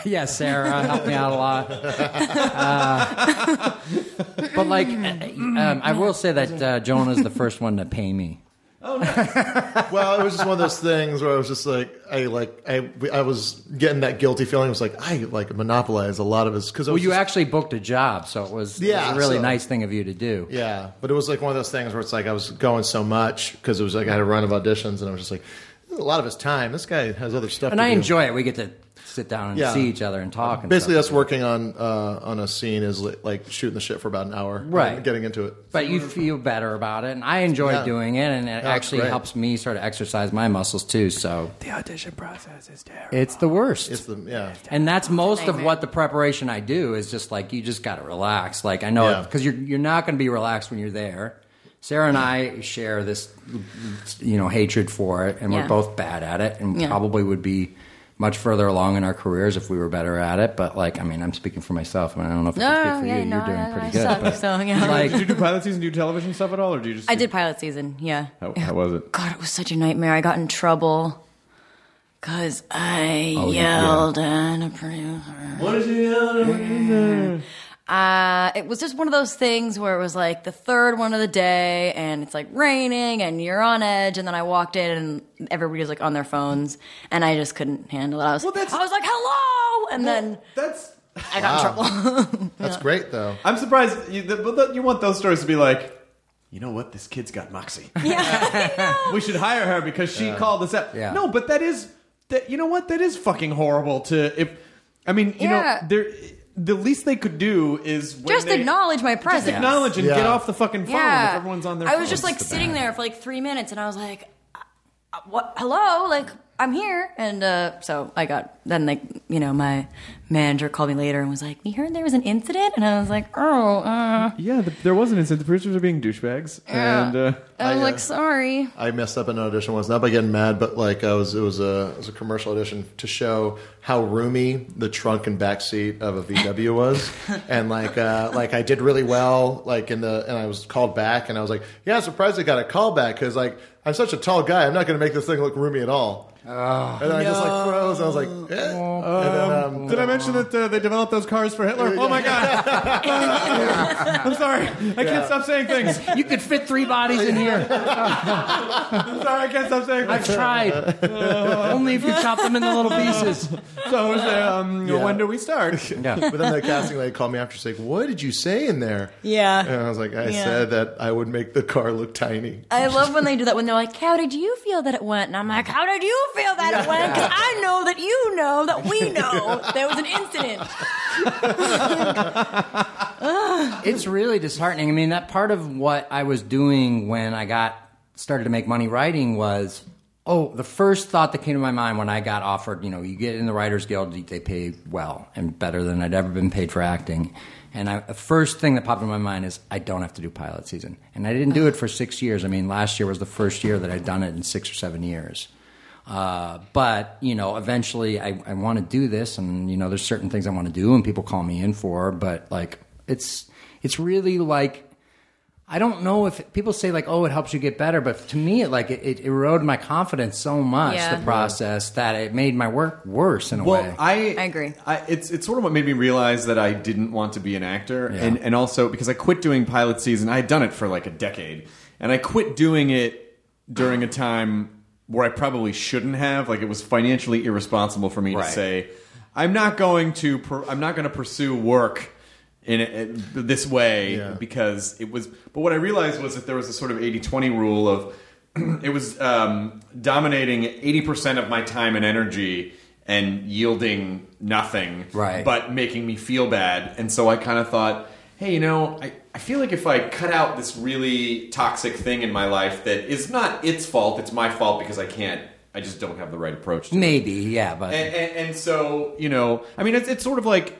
yeah, Sarah helped me out a lot. Uh, but like, um, I will say that uh, Jonah's the first one to pay me. Well, it was just one of those things where I was just like, I like, I, I was getting that guilty feeling. I was like, I like monopolize a lot of his because Well, you actually booked a job, so it was, it was Yeah, a really so- nice thing of you to do. Yeah, but it was like one of those things where it's like I was going so much because it was like I had a run of auditions and I was just like, a lot of his time. This guy has other stuff. and to I do. enjoy it. We get to sit down and Yeah. see each other and talk. And Basically, stuff. us working on uh, on a scene is li- like shooting the shit for about an hour, and Right. Getting into it. But you feel better about it, and I enjoy Yeah. doing it, and it it's actually great. helps me sort of exercise my muscles too. So the audition process is terrible. It's the worst. uh, It's the yeah. and that's most of what the preparation I do is just like you just got to relax. Like I know Yeah. because you're you're not going to be relaxed when you're there. Sarah and I share this, you know, hatred for it, and Yeah. we're both bad at it, and Yeah. probably would be much further along in our careers if we were better at it. But like, I mean, I'm speaking for myself, and I don't know if I can no, speak for Oh, yeah, you. no, you're doing I, pretty I good. suck, but, so, yeah. did you like, do pilot season? Do you do television stuff at all, or do you just? I did pilot season. Yeah. How, how was it? God, it was such a nightmare. I got in trouble because I Oh, yeah. yelled at a producer. What is it? Uh, it was just one of those things where it was like the third one of the day and it's like raining and you're on edge. And then I walked in and everybody was like on their phones and I just couldn't handle it. I was, Well, that's- I was like, hello. And then That's. I got in trouble. That's great though. I'm surprised. You, the, but the, you want those stories to be like. You know what? This kid's got moxie. we should hire her because she called us up. Yeah. No, but that is that. You know what? That is fucking horrible. To if I mean, you Yeah. know, there the least they could do is when Just they- acknowledge my presence. Just acknowledge and Yeah. get off the fucking phone yeah. if everyone's on their. I phone. was just like sitting there for like three minutes and I was like, uh, what? Hello? Like, I'm here. And uh, so I got, then like, you know, my manager called me later and was like, we heard there was an incident. And I was like, oh, uh. Yeah, the, there was an incident. The producers are being douchebags, and uh, I, I was uh, like, sorry. I messed up an audition once, not by getting mad, but like I was, it was a it was a commercial audition to show how roomy the trunk and back seat of a VW was, and like uh, like I did really well, like in the and I was called back, and I was like, yeah, I'm surprised I got a call back because like I'm such a tall guy, I'm not going to make this thing look roomy at all. and then I just like froze. I was like, eh. and did I mention that uh, they developed those cars for Hitler? Oh my god! I'm sorry, I can't stop saying things. you could fit three bodies in here. I'm sorry, I can't stop saying I've things. Uh, tried. Only if you chop them into little pieces. So it was, um, Yeah. when do we start? then, um, but then the casting lady called me after, she's like, what did you say in there? Yeah. And I was like, I Yeah. said that I would make the car look tiny. I love when they do that when they're like, How did you feel that it went? And I'm like, How did you feel that it went? Because I know that you know that we know there was an incident. it's really disheartening. I mean, that part of what I was doing when I got started to make money writing was, oh, the first thought that came to my mind when I got offered, you know, you get in the Writers Guild, they pay well and better than I'd ever been paid for acting. And I, the first thing that popped in my mind is I don't have to do pilot season, and I didn't do it for six years. I mean, last year was the first year that I'd done it in six or seven years. Uh, but you know, eventually, I, I want to do this, and you know, there's certain things I want to do, and people call me in for. But like, it's it's really like I don't know if people say like, oh, it helps you get better, but to me, it like it, it eroded my confidence so much Yeah. the process that it made my work worse in a well, way. I, I agree. I, it's it's sort of what made me realize that I didn't want to be an actor, and and also because I quit doing pilot season. I had done it for like a decade, and I quit doing it during a time where I probably shouldn't have. Like it was financially irresponsible for me to Right. say, I'm not going to per, I'm not going to pursue work. In a, in this way, because it was. But what I realized was that there was a sort of 80 20 rule of it was um, dominating 80% of my time and energy and yielding nothing Right. but making me feel bad and so i kind of thought hey you know I, I feel like if i cut out this really toxic thing in my life that is not its fault it's my fault because i can't i just don't have the right approach to it." Maybe, yeah, but and, and, and so you know i mean it's, it's sort of like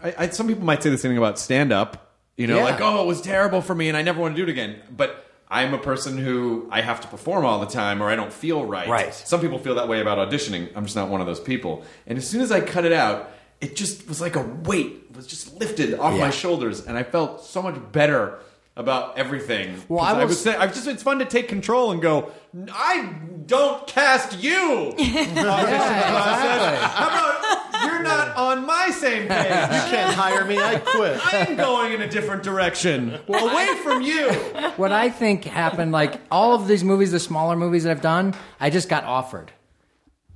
I, I, some people might say the same thing about stand up you know Yeah. like oh it was terrible for me and i never want to do it again but i'm a person who i have to perform all the time or i don't feel right Right. some people feel that way about auditioning i'm just not one of those people and as soon as i cut it out it just was like a weight was just lifted off Yeah. my shoulders and i felt so much better about everything Well, 'Cause I I, will would s- say I've just it's fun to take control and go. I don't cast you. exactly. How about you're not on my same page? You can't hire me. I quit. I'm going in a different direction, away from you. what I think happened, like all of these movies, the smaller movies that I've done, I just got offered.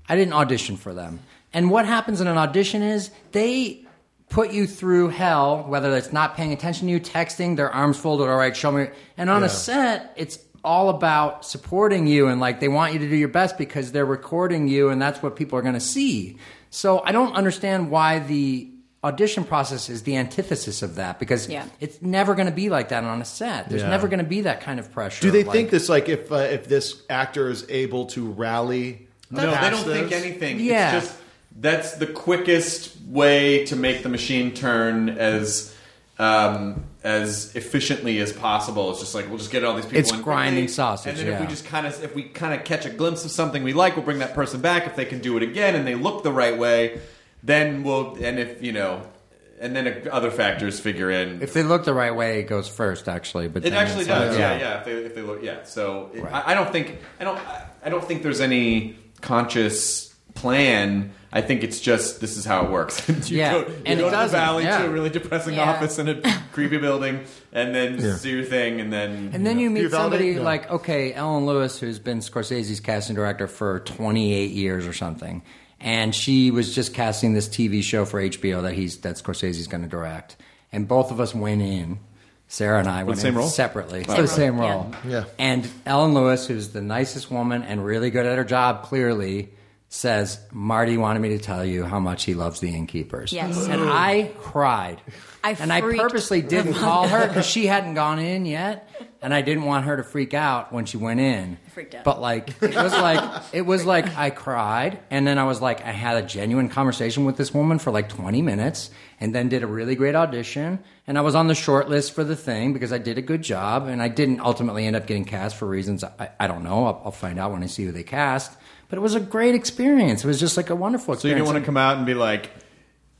I didn't audition for them. And what happens in an audition is they put you through hell, whether it's not paying attention to you, texting, their arms folded, all right, show me. And on a set, it's all about supporting you and like they want you to do your best because they're recording you and that's what people are going to see. So I don't understand why the audition process is the antithesis of that because Yeah. it's never going to be like that on a set. There's Yeah. never going to be that kind of pressure. Do they like- think this like if uh, if this actor is able to rally? No, they past don't think this? anything. Yeah. It's just that's the quickest way to make the machine turn as um, as efficiently as possible. It's just like we'll just get all these people. It's in quickly, grinding sausage, And then if we yeah. just kind of if we kind of catch a glimpse of something we like, we'll bring that person back. If they can do it again and they look the right way, then we'll. And if you know, and then if other factors figure in. If they look the right way, it goes first, actually. But It then actually it's like- oh. does, yeah, yeah. If, they, if they look, yeah. So it, Right. I, I don't think I don't I- I don't think there's any conscious plan. I think it's just this is how it works. you Yeah. go, you And go it to the doesn't, valley yeah. to a really depressing Yeah. office in a creepy building, and then do your thing, and then And then you meet you validate? somebody No. like, okay, Ellen Lewis, who's been Scorsese's casting director for 28 years or something, and she was just casting this TV show for HBO that he's that Scorsese's going to direct, and both of us went in. Sarah and I went the same in role? separately for the same role, role. yeah. Yeah. And Ellen Lewis, who's the nicest woman and really good at her job, clearly says, "Marty wanted me to tell you how much he loves the innkeepers." Yes. and I cried. I and I freaked purposely didn't call her because she hadn't gone in yet, and I didn't want her to freak out when she went in. freaked out. But like it was like it was like I cried, and then I was like I had a genuine conversation with this woman for like 20 minutes, and then did a really great audition, and I was on the short list for the thing because I did a good job, and I didn't ultimately end up getting cast for reasons I, I don't know. I'll, I'll find out when I see who they cast. But it was a great experience. It was just like a wonderful so you experience. don't want to come out and be like.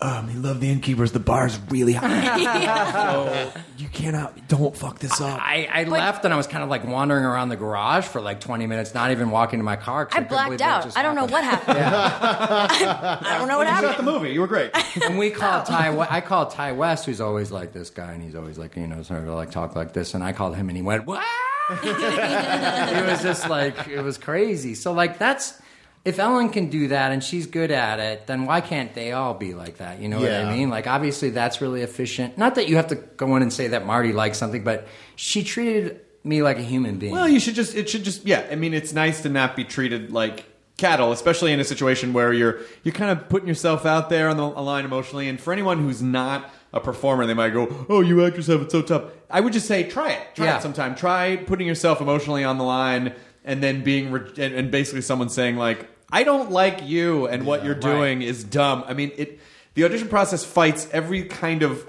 Um, we love the innkeepers. The bar's really high. So you cannot. Don't fuck this up. I, I left and I was kind of like wandering around the garage for like 20 minutes, not even walking to my car. 'cause I couldn't blacked believe that out. just I don't know what happened. I, I don't know what Shot the happened. movie. You were great. and we called Ty. We- I called Ty West, who's always like this guy, and he's always like you know sort of like talk like this. And I called him, and he went, "What?" it was just like it was crazy. So like that's if Ellen can do that and she's good at it, then why can't they all be like that? You know what Yeah. I mean? Like obviously that's really efficient. Not that you have to go in and say that Marty likes something, but she treated me like a human being. Well, you should just it should just yeah. I mean, it's nice to not be treated like cattle, especially in a situation where you're you're kind of putting yourself out there on the line emotionally. And for anyone who's not a performer, they might go, "Oh, you actors have it so tough." I would just say, try it, try Yeah. it sometime. Try putting yourself emotionally on the line, and then being re- and, and basically someone saying like, "I don't like you," and what you're doing is dumb. I mean, it the audition process fights every kind of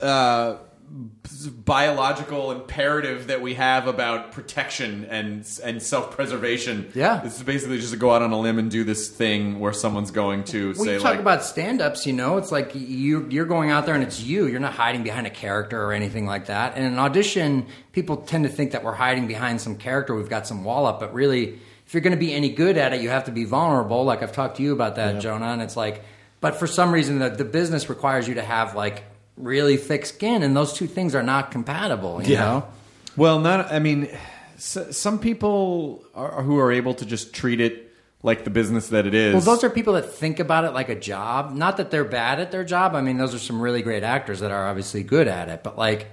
uh, biological imperative that we have about protection and and self preservation. Yeah. this is basically just to go out on a limb and do this thing where someone's going to Well, say you talk like, about stand-ups, you know, it's like you you're going out there and it's you. You're not hiding behind a character or anything like that. In an audition, people tend to think that we're hiding behind some character. We've got some wall up, but really, if you're going to be any good at it, you have to be vulnerable. Like I've talked to you about that, Jonah, and it's like, but for some reason, the, the business requires you to have like really thick skin, and those two things are not compatible. You Yeah. know, Well, not. I mean, s- some people are, who are able to just treat it like the business that it is. Well, those are people that think about it like a job. Not that they're bad at their job. I mean, those are some really great actors that are obviously good at it. But like,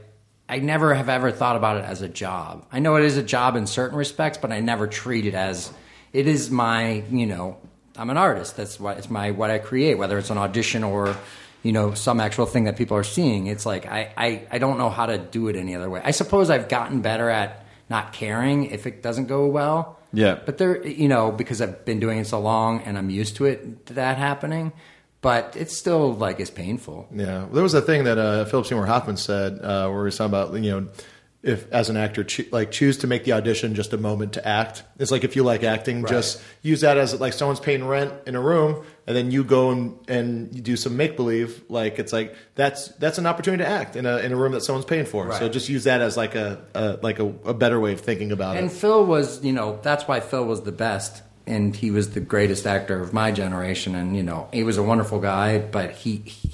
I never have ever thought about it as a job. I know it is a job in certain respects, but I never treat it as it is my. You know, I'm an artist. That's what it's my what I create, whether it's an audition or you know some actual thing that people are seeing. It's like I I, I don't know how to do it any other way. I suppose I've gotten better at not caring if it doesn't go well. Yeah. But there, you know, because I've been doing it so long and I'm used to it, to that happening. But it's still like it's painful. Yeah, there was a thing that uh, Philip Seymour Hoffman said uh, where he was talking about you know if as an actor choo- like choose to make the audition just a moment to act. It's like if you like acting, just use that as like someone's paying rent in a room, and then you go and and you do some make believe. Like it's like that's that's an opportunity to act in a in a room that someone's paying for. So Right. just use that as like a, a like a, a better way of thinking about And it. Phil was, you know, that's why Phil was the best. And he was the greatest actor of my generation. And, you know, he was a wonderful guy, but he, he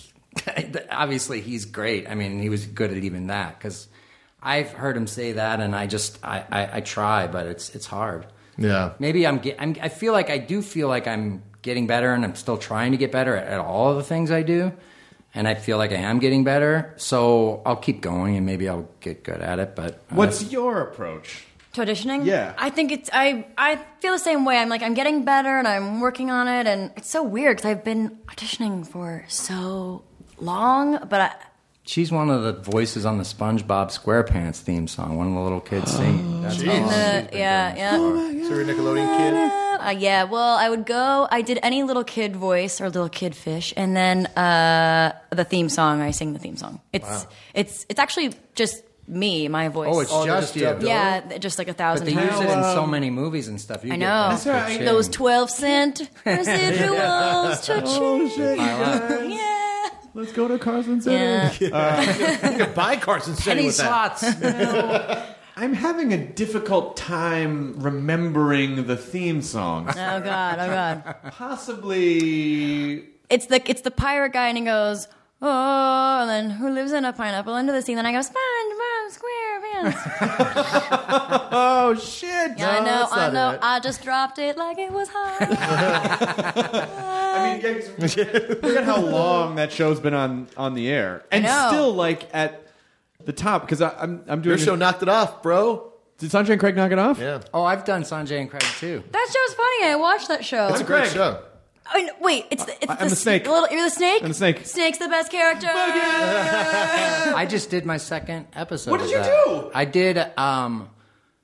obviously he's great. I mean, he was good at even that because I've heard him say that and I just, I, I, I try, but it's, it's hard. Yeah. maybe I'm, get, I'm I feel like I do feel like I'm getting better and I'm still trying to get better at, at all of the things I do and I feel like I am getting better so I'll keep going and maybe I'll get good at it but uh, What's your approach? To auditioning? Yeah. I think it's, I, I feel the same way. I'm like, I'm getting better and I'm working on it. And it's so weird because I've been auditioning for so long, but I, she's one of the voices on the SpongeBob SquarePants theme song one of the little kids singing that's how long she's been Uh, yeah, doing it yeah. for. So you're a Nickelodeon kid. Uh, yeah, well, I would go. I did any little kid voice or little kid fish, and then uh, the theme song. I sing the theme song. It's it's it's actually just me, my voice. oh it's just you yeah, th- just like a thousand but they times. use it in so many movies and stuff you I get know. that good shit. Those twelve cent Oh, residuals. Cha-ching. yeah. Let's go to Carson Yeah. Uh, Buy Carson City penny with that. slots I'm having a difficult time remembering the theme song. Oh god. Oh god. Possibly. It's the it's the pirate guy, and he goes. Oh, and then who lives in a pineapple under the sea? And then I go, SpongeBob SquarePants. Oh shit! Yeah, I know, that's I not know. it. I just dropped it like it was hot. I mean, yeah, 'cause- forget how long that show's been on on the air, and know. still like at the top because I'm I'm doing. Your show knocked it off, bro. Did Sanjay and Craig knock it off? Yeah, oh I've done Sanjay and Craig too that show's funny. I watched that show. it's a great Uh, Craig. show. I mean, wait, it's the, it's I'm the s- snake. Little, you're the snake. I'm the snake. Snake's the best character. I just did my second episode. What did of you that. do? I did. Um,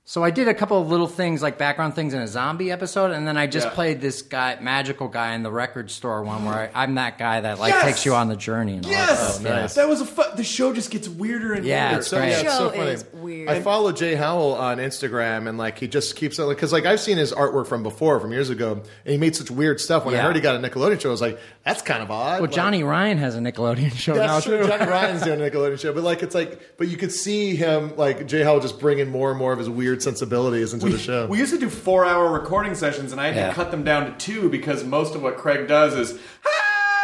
so I did a couple of little things like background things in a zombie episode, and then I just Yeah. played this guy, magical guy in the record store one, where I, I'm that guy that like Yes! takes you on the journey. And all that Yes, Oh, stuff. Yeah. that was a fu- the show just gets weirder and Yeah, weirder. it's So, great. yeah, it's so Show funny. is weird. I follow Jay Howell on Instagram, and like he just keeps on because like I've seen his artwork from before, from years ago, and he made such weird stuff. When I Yeah. heard he got a Nickelodeon show, I was like, that's kind of odd. Well, Like, Johnny Ryan has a Nickelodeon show now That's true. too. Johnny Ryan's doing a Nickelodeon show, but like it's like, but you could see him like Jay Howell just bringing more and more of his weird sensibilities into the show. We used to do four hour recording sessions, and I had Yeah. to cut them down to two because most of what Craig does is.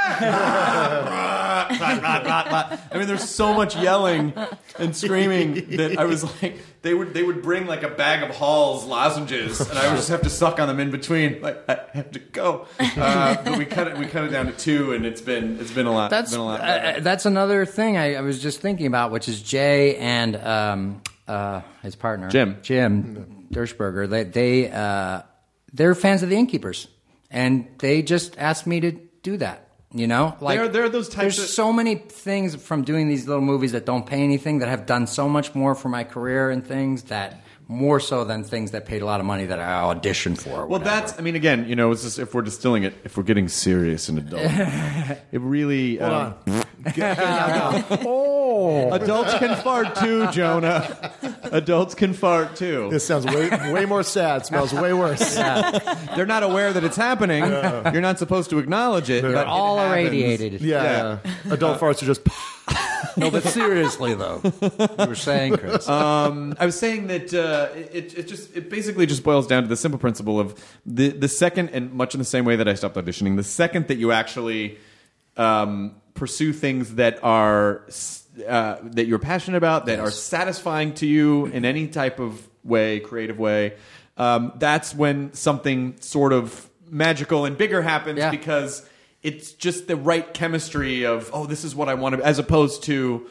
"Ah!" Blah, blah, blah, blah. I mean, there's so much yelling and screaming that I was like, they would they would bring like a bag of Hall's lozenges, and I would just have to suck on them in between. Like I have to go, uh, but we cut it we cut it down to two, and it's been it's been a lot. That's been a lot. uh, uh, that's another thing I, I was just thinking about, which is Jay and um, uh, his partner Jim. Jim Dershberger. They they uh, they're fans of the Innkeepers, and they just asked me to do that. You know, like They're- they're those types There's that- so many things from doing these little movies that don't pay anything that have done so much more for my career and things that more so than things that paid a lot of money that I auditioned for. Well, that's. I mean, again, you know, it's just if we're distilling it, if we're getting serious and adult, it really. um, oh, Adults can fart too, Jonah. Adults can fart too. This sounds way way more sad. Smells way worse. They're not aware that it's happening. You're not supposed to acknowledge it. But all it happens. irradiated. Yeah, adult farts are just. No, but seriously though, you were saying, Chris. I was saying that uh, it, it just it basically just boils down to the simple principle of the the second and much in the same way that I stopped auditioning, the second that you actually um, pursue things that are s- uh, that you're passionate about, that are satisfying to you in any type of way, creative way, um, that's when something sort of magical and bigger happens Yeah. because it's just the right chemistry of oh this is what I want to as opposed to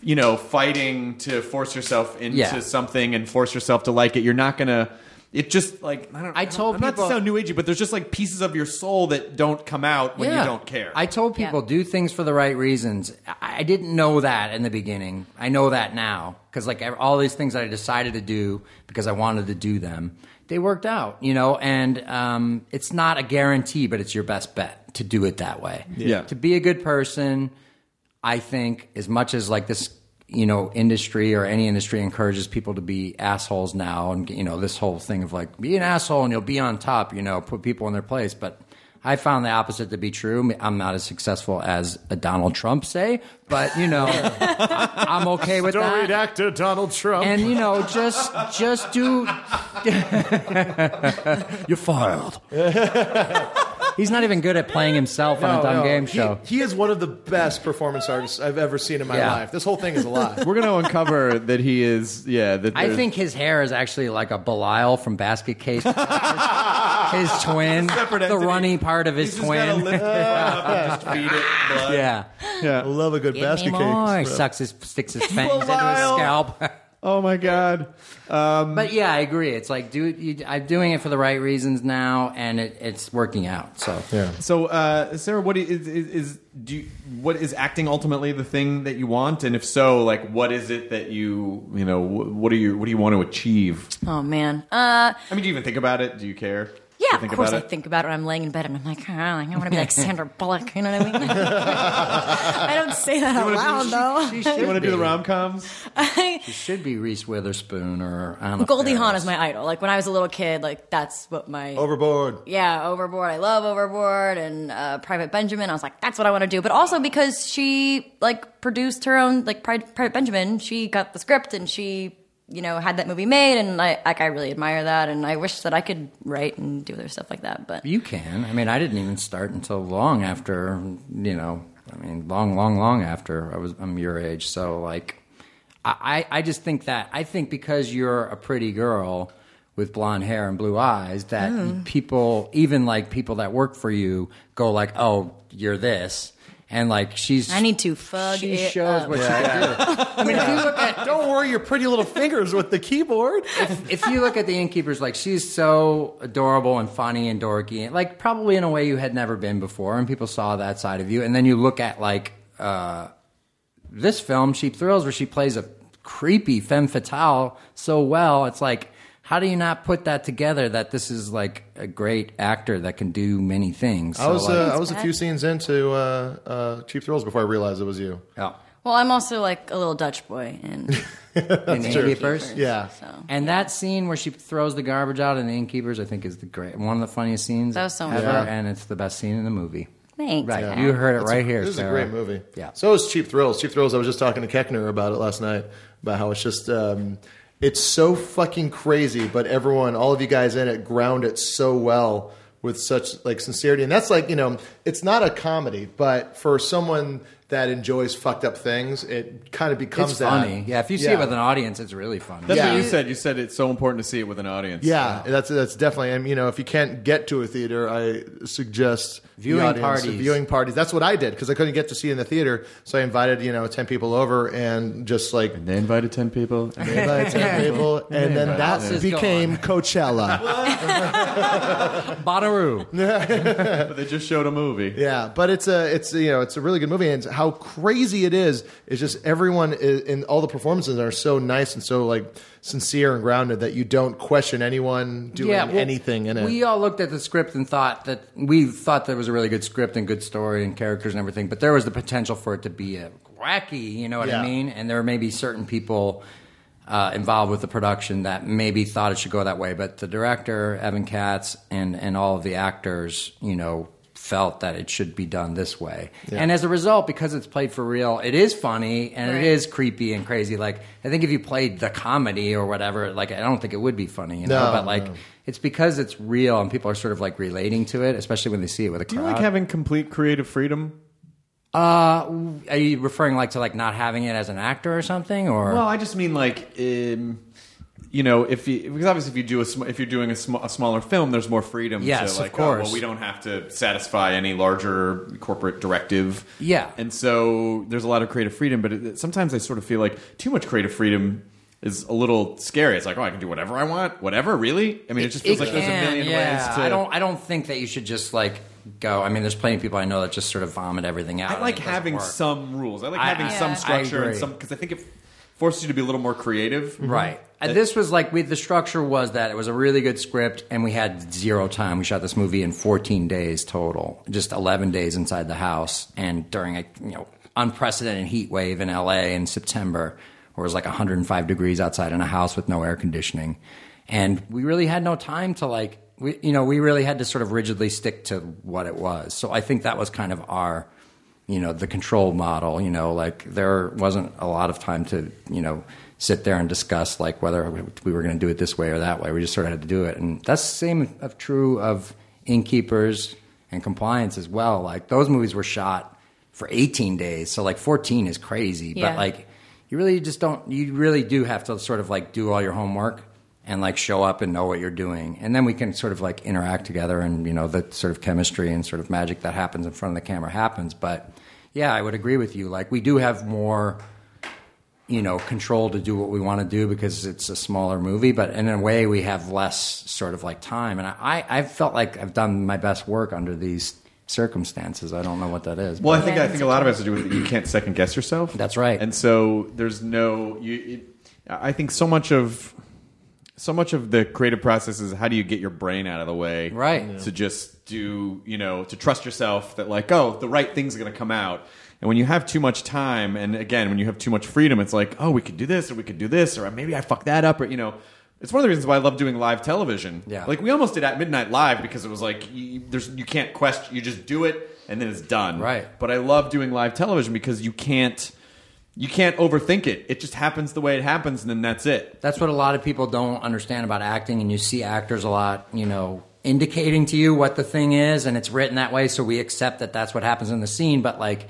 you know fighting to force yourself into Yeah. something and force yourself to like it. You're not gonna. It just like I don't. I told I'm not to people- sound new agey, but there's just like pieces of your soul that don't come out when you don't care. I told people do things for the right reasons. I I didn't know that in the beginning. I know that now because like ev- all these things that I decided to do because I wanted to do them, they worked out, you know. And um, it's not a guarantee, but it's your best bet to do it that way. Yeah. To be a good person, I think as much as like this, you know, industry or any industry encourages people to be assholes now, and you know, this whole thing of like be an asshole and you'll be on top, you know, put people in their place, but. I found the opposite to be true. I'm not as successful as a Donald Trump say, but you know, I'm okay with that. storied actor Donald Trump. And you know, just just do. You're filed. He's not even good at playing himself on a dumb game He- show. He, is one of the best performance artists I've ever seen in my Yeah. life. This whole thing is a lie. We're gonna uncover that he is. Yeah, that I there's- think his hair is actually like a Belial from Basket Case. his twin, Separate the entity. runny part of his He's just gotta twin. lift it up and just feed it blood. Yeah, I love a good Give basket me cake. more. He sucks his sticks his fangs into his Belial. scalp. Oh my god. but yeah, I agree. It's like, dude, you, I'm doing it for the right reasons now, and it, it's working out. So So, uh, Sarah, what is, is, is do you, what is acting ultimately the thing that you want? And if so, like, what is it that you you know wh- what do you what do you want to achieve? Oh man. Uh, I mean, do you even think about it? Do you care? Do you yeah. think of course, I about it? think about it. when I'm laying in bed and I'm like, oh, I want to be like Sandra Bullock. You know what I mean? I don't say that out loud though. You want to do the rom coms? It should be Reese Witherspoon or I don't know, Goldie Hawn Ferris. is my idol. Like when I was a little kid, like that's what my Overboard. yeah, Overboard. I love Overboard and uh, Private Benjamin. I was like, that's what I want to do. But also because she like produced her own like Pri- Private Benjamin. She got the script and she you know had that movie made, and I like I really admire that, and I wish that I could write and do other stuff like that. But You can. I mean, I didn't even start until long after, you know, I mean, long, long, long after I was, I'm your age. So, like, I, I I just think that, I think because you're a pretty girl with blonde hair and blue eyes, that people, even like people that work for you, go like, oh, you're this. And like, she's. I need to fuck She it shows up. what she can do. I mean, if you look at Don't worry your pretty little fingers with the keyboard. if you look at the innkeepers, like she's so adorable and funny and dorky, like probably in a way you had never been before, and people saw that side of you. And then you look at like uh, this film, Cheap Thrills, where she plays a creepy femme fatale so well. It's like, how do you not put that together? That this is like a great actor that can do many things. I was So, like, uh, I was a few scenes into uh, uh, Cheap Thrills before I realized it was you. yeah. well, I'm also like a little Dutch boy, and in the innkeepers. Yeah. so And that scene where she throws the garbage out in the innkeepers, I think, is the great one of the funniest scenes That was so much ever, fun. and it's the best scene in the movie. thanks. Right, Dad. you heard it right here. This is a Sarah. great movie. Yeah. So is Cheap Thrills. Cheap Thrills. I was just talking to Keckner about it last night about how it's just um, it's so fucking crazy, but everyone, all of you guys in it, ground it so well with such like sincerity, and that's like you know, it's not a comedy, but for someone that enjoys fucked up things, it kind of becomes it's that. funny. Yeah, if you see it with an audience, it's really funny. That's Yeah. what you said. You said it's so important to see it with an audience. Yeah, that's that's definitely. And you know, if you can't get to a theater, I suggest the Viewing audience- parties. Viewing parties. That's what I did because I couldn't get to see it in the theater, so I invited you know ten people over and just like They invited ten people. they invited ten people, and then This that is became Coachella. Bonnaroo. but they just showed a movie. yeah, but it's a it's you know it's a really good movie, and it's how crazy it is. It's just everyone is, and all the performances are so nice and so like sincere and grounded that you don't question anyone doing well, anything in it. We all looked at the script and thought that we thought there was a really good script and good story and characters and everything, but there was the potential for it to be a wacky. You know what Yeah. I mean? And there may be certain people uh, involved with the production that maybe thought it should go that way, but the director Evan Katz and and all of the actors, you know. Felt that it should be done this way, and as a result, because it's played for real, it is funny and Right. it is creepy and crazy. Like I think if you played the comedy or whatever, like I don't think it would be funny, you know. No, but like no. it's because it's real and people are sort of like relating to it, especially when they see it with a Do you crowd. like having complete creative freedom? Are you referring like to like not having it as an actor or something? Or Well, I just mean like, um, you know, if you, because obviously if you do a sm- if you're doing a, sm- a smaller film, there's more freedom. Yes, to of like, Oh, course. well, we don't have to satisfy any larger corporate directive. Yeah. and so there's a lot of creative freedom, but it, sometimes I sort of feel like too much creative freedom. Is a little scary. It's like, oh, I can do whatever I want, whatever, really. I mean, it, just feels like there's a can, million yeah. ways to. I don't. I don't think that you should just like go. I mean, there's plenty of people I know that just sort of vomit everything out. I and like it doesn't having work. some rules. I like I- having Yeah. some I structure and agree. some because I think it forces you to be a little more creative. Right. And this was like we the structure was that it was a really good script and we had zero time. We shot this movie in 14 days total. Just 11 days inside the house and during a, you know, unprecedented heat wave in LA in September where it was like 105 degrees outside in a house with no air conditioning. And we really had no time to like we you know, we really had to sort of rigidly stick to what it was. So I think that was kind of our you know the control model you know like there wasn't a lot of time to you know sit there and discuss like whether we were going to do it this way or that way we just sort of had to do it and that's the same of true of innkeepers and compliance as well like those movies were shot for 18 days so like 14 is crazy Yeah. but like you really just don't you really do have to sort of like do all your homework and like show up and know what you're doing and then we can sort of like interact together and you know the sort of chemistry and sort of magic that happens in front of the camera happens but yeah i would agree with you like we do have more you know control to do what we want to do because it's a smaller movie but in a way we have less sort of like time and i i I've felt like i've done my best work under these circumstances i don't know what that is Well, I but- think I think a lot of it has to do with you can't second guess yourself. That's right. And so there's no you. It, I think so much of so much of the creative process is how do you get your brain out of the way, Right. Yeah. To just do you know to trust yourself that like oh the right things are going to come out. And when you have too much time, and again when you have too much freedom, it's like oh we could do this or we could do this or maybe I fucked that up or you know. It's one of the reasons why I love doing live television. Yeah. Like we almost did at midnight live because it was like you, there's you can't question you just do it and then it's done Right. but I love doing live television because you can't you can't overthink it. It just happens the way it happens, and then that's it. That's what a lot of people don't understand about acting, and you see actors a lot, you know, indicating to you what the thing is, and it's written that way, so we accept that that's what happens in the scene. But like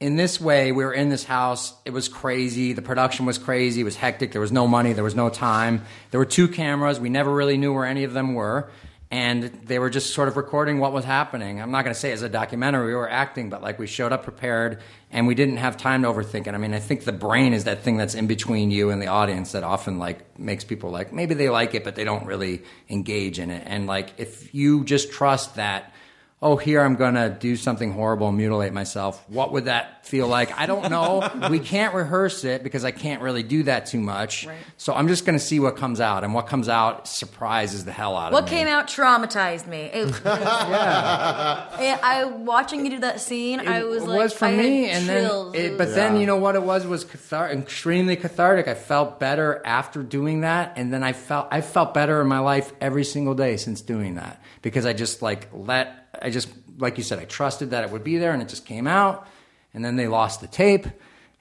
in this way, we were in this house. It was crazy. The production was crazy. It was hectic. There was no money. There was no time. There were two cameras. We never really knew where any of them were. And they were just sort of recording what was happening. I'm not going to say as a documentary, we were acting, but like we showed up prepared and we didn't have time to overthink it. I mean, I think the brain is that thing that's in between you and the audience that often like makes people like maybe they like it, but they don't really engage in it. And like if you just trust that, oh, here I'm going to do something horrible and mutilate myself, what would that feel like? I don't know. we can't rehearse it because I can't really do that too much. So I'm just going to see what comes out. And what comes out surprises the hell out What of me. came out traumatized me. It, yeah. I watching you do that scene. I was like, was for I had me, and chills. then It it, but was- then you know what it was was cathar- extremely cathartic. I felt better after doing that, and then I felt I felt better in my life every single day since doing that because I just like let I just like you said I trusted that it would be there, and it just came out, and then they lost the tape.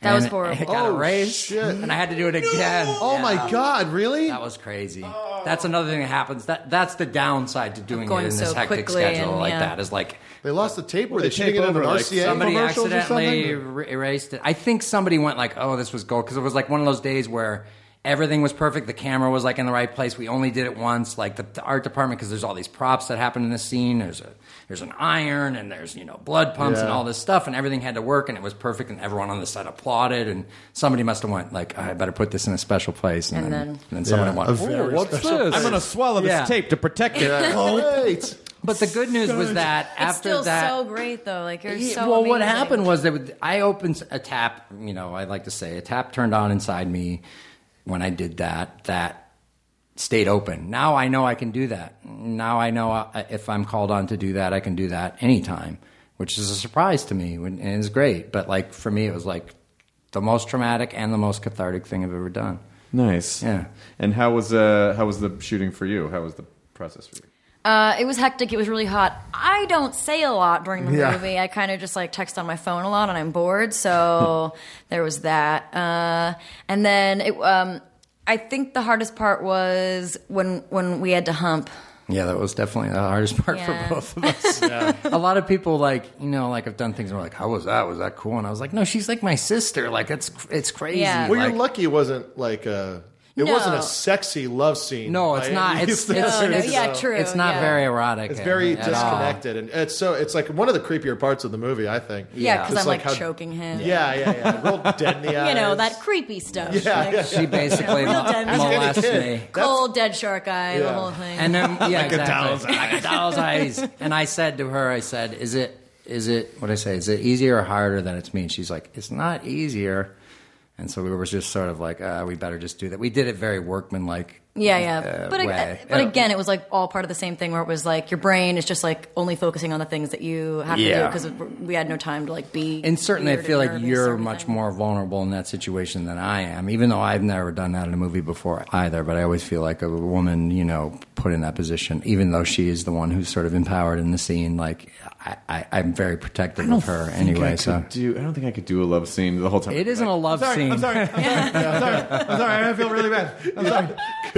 That was and horrible. It got Oh, erased, shit. and I had to do it again. Oh Yeah. my God! Really? Oh. That was crazy. That's another thing that happens. That that's the downside to doing it in going this so hectic quickly schedule and- like yeah. that is like they lost the tape where they they shooting it tape on an over, like, RCA somebody commercials or accidentally something. er- erased it. I think somebody went like, "Oh, this was gold," because it was like one of those days where everything was perfect. The camera was like in the right place. We only did it once. Like the, the art department, because there's all these props that happen in this scene. There's a there's an iron and there's you know blood pumps and Yeah. all this stuff, and everything had to work, and it was perfect, and everyone on the set applauded, and somebody must have went like, "I better put this in a special place," and, And then then- and then someone Yeah, went, a "Ooh, very "What's special this?" I'm gonna swallow this Yeah. tape to protect it. Great. But the good news was that It's after still that, so great though. Like you're Yeah, so well, what amazing. happened was that I opened a tap. You know, I like to say a tap turned on inside me when I did that. That stayed open. Now I know I can do that. Now I know I, if I'm called on to do that, I can do that anytime, which is a surprise to me when- and it's great. But like for me, it was like the most traumatic and the most cathartic thing I've ever done. Nice. Yeah. And how was uh how was the shooting for you? How was the process for you? Uh, it was hectic. It was really hot. I don't say a lot during the Yeah. movie. I kind of just like text on my phone a lot, and I'm bored. So there was that. Uh, and then it, um, I think the hardest part was when when we had to hump. Yeah, that was definitely the hardest part Yeah. for both of us. A lot of people like, you know, like I've done things and we're like, how was that? Was that cool? And I was like, no, she's like my sister. Like it's it's crazy. Yeah. Well, Like, you're lucky it wasn't like a. It No. wasn't a sexy love scene. no, it's by not. any It's, it's, means. it's, Oh, No, no, yeah, true, It's not yeah. very erotic. It's at- very at all. disconnected, and it's so it's like one of the creepier parts of the movie, I think. Yeah, because It's I'm like, how- choking him. Yeah, yeah, yeah. Real dead in the eyes. You know that creepy stuff. Yeah, like, yeah. She basically Real mo- dead. molested me. That's- Cold dead shark eye, the Yeah. whole thing. And then yeah, Like a doll's exactly. like a doll's eyes. And I said to her, I said, "Is it is it what I say? Is it easier or harder than it's me?" And she's like, "It's not easier." And so we were just sort of like, uh, "We better just do that." We did it very workmanlike. Yeah, yeah. uh, but way. ag- but Uh, again, it was like all part of the same thing where it was like your brain is just like only focusing on the things that you have Yeah. to do because we had no time to like be. And certainly, I weird or feel like nervous or you're anything. much more vulnerable in that situation than I am, even though I've never done that in a movie before either. But I always feel like a woman, you know, put in that position, even though she is the one who's sort of empowered in the scene, like I, I, I'm very protective of her anyway. So do I don't think I could do a love scene the whole time. it isn't a love scene. I'm sorry. I'm sorry. I'm sorry. I feel really bad. I'm sorry.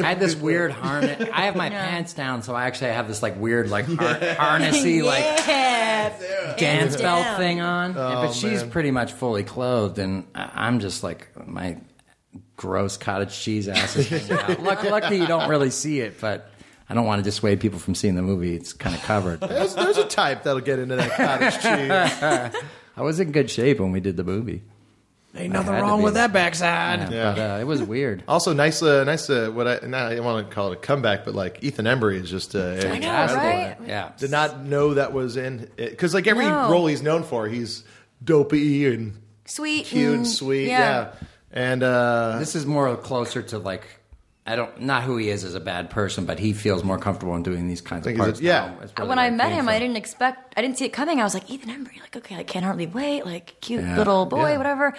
I had this weird harness. I have my pants down, so I actually have this like weird, like har- harnessy, like Yeah. dance Hands belt down. thing on. Yeah, but she's Oh, man. pretty much fully clothed, and I- I'm just like my gross cottage cheese ass is hanging out. Luck- luckily, you don't really see it, but I don't want to dissuade people from seeing the movie. It's kind of covered. But There's, there's a type that'll get into that cottage cheese. I was in good shape when we did the movie. Ain't nothing wrong with that backside. Yeah, Yeah. But, uh, it was weird. Also, nice, uh, nice. Uh, what I not, I want to call it a comeback, but like Ethan Embry is just. Uh, I know, Asked for right? it, Yeah. Did not know that was in it because like every No. role he's known for, he's dopey and Sweet, Mm. cute and and- sweet. Yeah, and uh, This is more closer to like I don't not who he is as a bad person, but he feels more comfortable in doing these kinds of Think he's a- parts. yeah. now. It's really when where I it met came him, from. I didn't expect, I didn't see it coming. I was like, Ethan Embry, like, okay, I can hardly wait, like, cute Yeah. little boy, Yeah. whatever.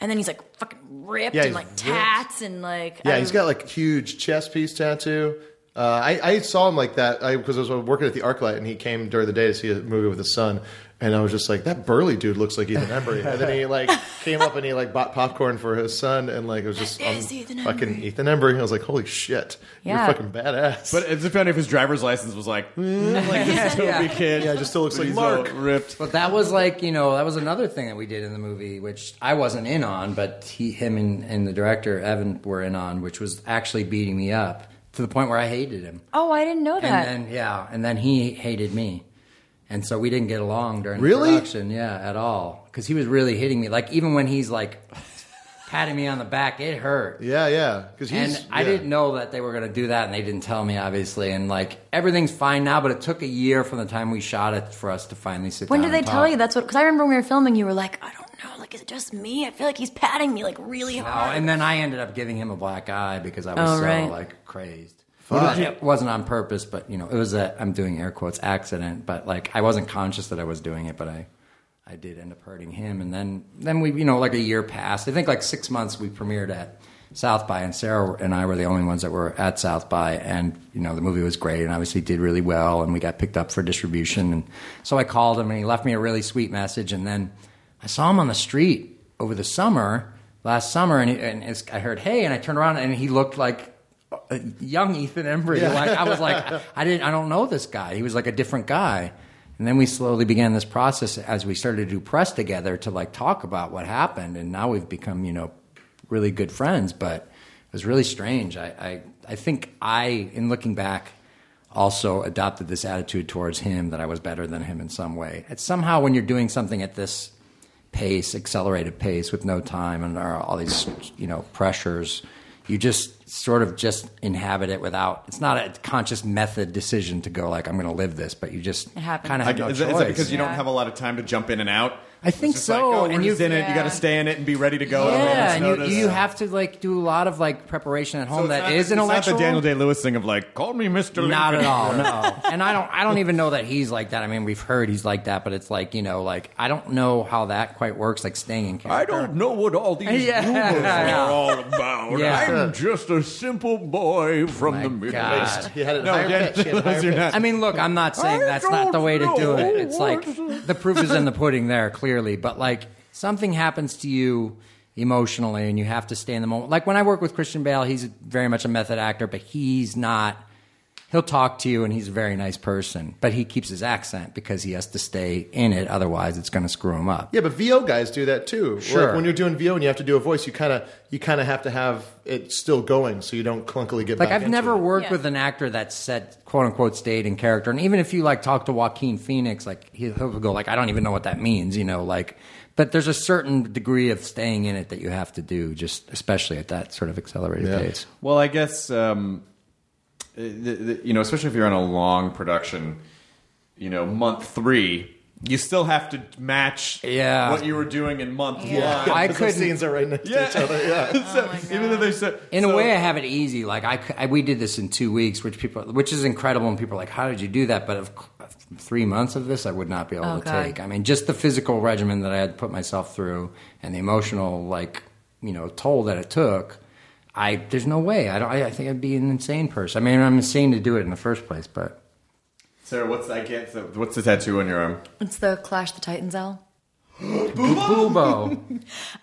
And then he's like fucking ripped Yeah, and he's like ripped. tats and like. Yeah, I- he's got like huge chest piece tattoo. Uh, I, I saw him like that because I, was working at the ArcLight, and he came during the day to see a movie with his son, and I was just like, that burly dude looks like Ethan Embry, and then he like came up and he like bought popcorn for his son, and like it was just That is Ethan fucking Embry. Ethan Embry. I was like, holy shit, Yeah. you're fucking badass. But it's funny if his driver's license was like, mm, like this dopey kid. yeah, it just still looks But like he's Mark. all ripped. But that was like you know that was another thing that we did in the movie, which I wasn't in on, but he, him, and, and the director Evan were in on, which was actually beating me up to the point where I hated him. oh, I didn't know that. And then yeah, and then he hated me, and so we didn't get along during Really? the production. Yeah, at all, because he was really hitting me. Like even when he's like patting me on the back, it hurt. Yeah, yeah, because And he's. I yeah. didn't know that they were going to do that, and they didn't tell me, obviously. And like everything's fine now, but it took a year from the time we shot it for us to finally sit. When down did they and tell talk. you? That's what. Because I remember when we were filming, you were like, I don't know. Like, is it just me? I feel like he's patting me like really Oh, hard. and then I ended up giving him a black eye because I was Oh, so right. like crazed. Well, It wasn't on purpose, but you know, it was a I'm doing air quotes accident, but like I wasn't conscious that I was doing it, but I I did end up hurting him, and then then we you know like a year passed. I think like six months we premiered at South by, and Sarah and I were the only ones that were at South by, and you know the movie was great, and obviously did really well, and we got picked up for distribution, and so I called him, and he left me a really sweet message, and then I saw him on the street over the summer last summer, and, he, and it's, I heard hey, and I turned around, and he looked like a young Ethan Embry. Like I was like, I didn't, I don't know this guy. He was like a different guy. And then we slowly began this process as we started to do press together to like talk about what happened. And now we've become, you know, really good friends. But it was really strange. I, I, I think I, in looking back, also adopted this attitude towards him that I was better than him in some way. It's somehow when you're doing something at this pace, accelerated pace with no time and there are all these, you know, pressures. You just sort of just inhabit it without. It's not a conscious method decision to go like I'm going to live this, but you just It kind of happens. have I no guess- is, choice. that- is that because you don't have a lot of time to jump in and out? I think It's just like, so, oh, and we're just you've- in it. You got to stay in it and be ready to go. yeah, Everyone and else you, notice. you have to like do a lot of like preparation at So home it's that not- is intellectual. It's not the Daniel Day Lewis thing of like, call me Mister. Not at all, no. And I don't, I don't even know that he's like that. I mean, we've heard he's like that, but it's like you know, like I don't know how that quite works, like staying in character. I don't know what all these Yeah. rumors Yeah. are all about. Yeah. I'm just a simple boy from the Middle God. East. He had it No, higher yeah, pitch. He had it those higher you're pitch. not- I mean, look, I'm not saying I that's not the don't way to do know it. It's like what- the proof is in the pudding there, clearly. But like something happens to you emotionally and you have to stay in the moment. Like when I work with Christian Bale, he's very much a method actor, but he's not he'll talk to you and he's a very nice person, but he keeps his accent because he has to stay in it otherwise it's going to screw him up. Yeah, but VO guys do that too. Sure. Like when you're doing VO and you have to do a voice, you kind of you kind of have to have it still going so you don't clunkily get Like back I've into never it. worked Yeah. with an actor that said quote unquote stayed in character, and even if you like talk to Joaquin Phoenix, like he- he'll go like I don't even know what that means, you know, like. But there's a certain degree of staying in it that you have to do, just especially at that sort of accelerated pace. Well, I guess um, uh, the, the, you know, especially if you're on a long production, you know, month three, you still have to match Yeah. what you were doing in month Yeah, one. I because couldn't- the scenes are right next Yeah. to each other. Yeah. Oh So, even though they said, In so- a way, I have it easy. Like I, c- I- we did this in two weeks, which people, which is incredible, and people are like, "How did you do that?" But of c- three months of this, I would not be able Oh, to God. take. I mean, just the physical regimen that I had put myself through, and the emotional, like you know, toll that it took. I there's no way. I don't. I, I think I'd be an insane person. I mean, I'm insane to do it in the first place, but Sarah, what's I can't. So, what's the tattoo on your arm? It's the Clash the Titans L. Boobo,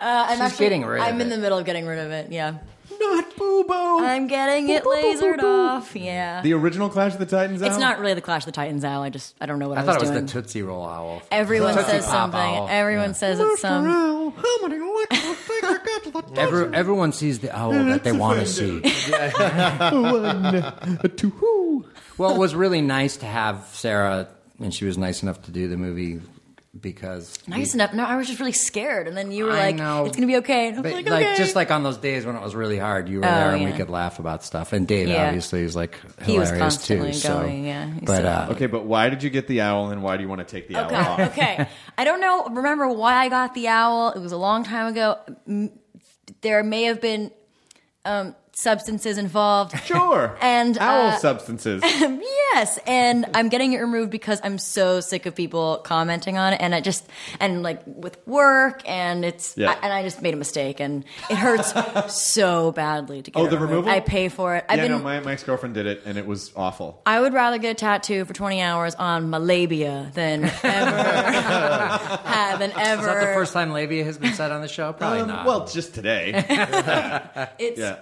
Uh, I'm She's getting rid of I'm in it. the middle of getting rid of it. Yeah, Not Boobo. I'm getting it lasered off. Yeah, The original Clash of the Titans. it's owl? not really the Clash of the Titans L. I just I don't know what I, I thought it was doing. the Tootsie Roll owl. Everyone Tootsie says Pop something. Owl. Everyone says it's some. Oh, How many electrical things I got to the Every, everyone sees the owl Mm-hmm. that they want to see. One, two, whoo. Well, it was really nice to have Sarah, and she was nice enough to do the movie because Nice enough. No, I was just really scared, and then you were I like, know. "It's gonna be okay." And I was But, like, like, "Okay." just like on those days when it was really hard, you were Oh, there and yeah. we could laugh about stuff. And Dave Yeah. obviously is like He was hilarious constantly too. so- going, yeah. He's but so uh, Okay, but why did you get the owl, and why do you want to take the owl off? Okay. okay. I don't know. Remember why I got the owl? It was a long time ago. M- There may have been um, substances involved. Sure. And, owl uh, substances. yes, and I'm getting it removed because I'm so sick of people commenting on it, and I just and like with work, and it's Yeah. I, and I just made a mistake, and it hurts so badly to get. Oh, it the removed. removal? I pay for it. I've yeah, been. no, my, my ex girlfriend did it, and it was awful. I would rather get a tattoo for 20 hours on my labia than ever have an ever. is that the first time labia has been said on the Um, show? Probably not. Um, Well, just today. It's yeah.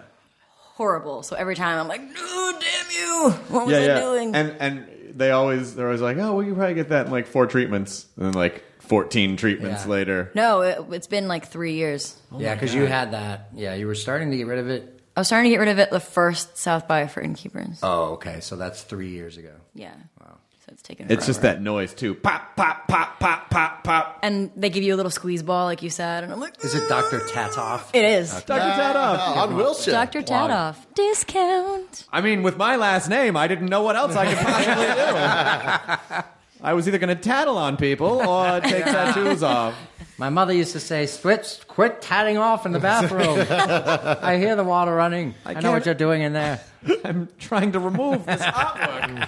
horrible. So every time I'm like, no, damn you. What was yeah, I yeah. doing? And and they always they're always like, oh, well, you probably get that in like four treatments, and then like fourteen treatments Yeah. later. no, it, it's been like three years. yeah, because you had that. Yeah, you were starting to get rid of it. I was starting to get rid of it the first South by for Innkeepers. Oh, okay. So that's three years ago. Yeah. Wow. So it's taken It's just forever. that noise too. Pop, pop, pop, pop, pop, pop. And they give you a little squeeze ball, like you said. And I'm like, Is it Doctor Tatoff? It is. Dr. Tadoff. On Wilson. Dr. Tadoff. Discount. I mean, with my last name, I didn't know what else I could possibly do. I was either going to tattle on people or take tattoos off. My mother used to say, "Switch, quit tatting off in the bathroom." I hear the water running. I, know can't- what you're doing in there. I'm trying to remove this artwork.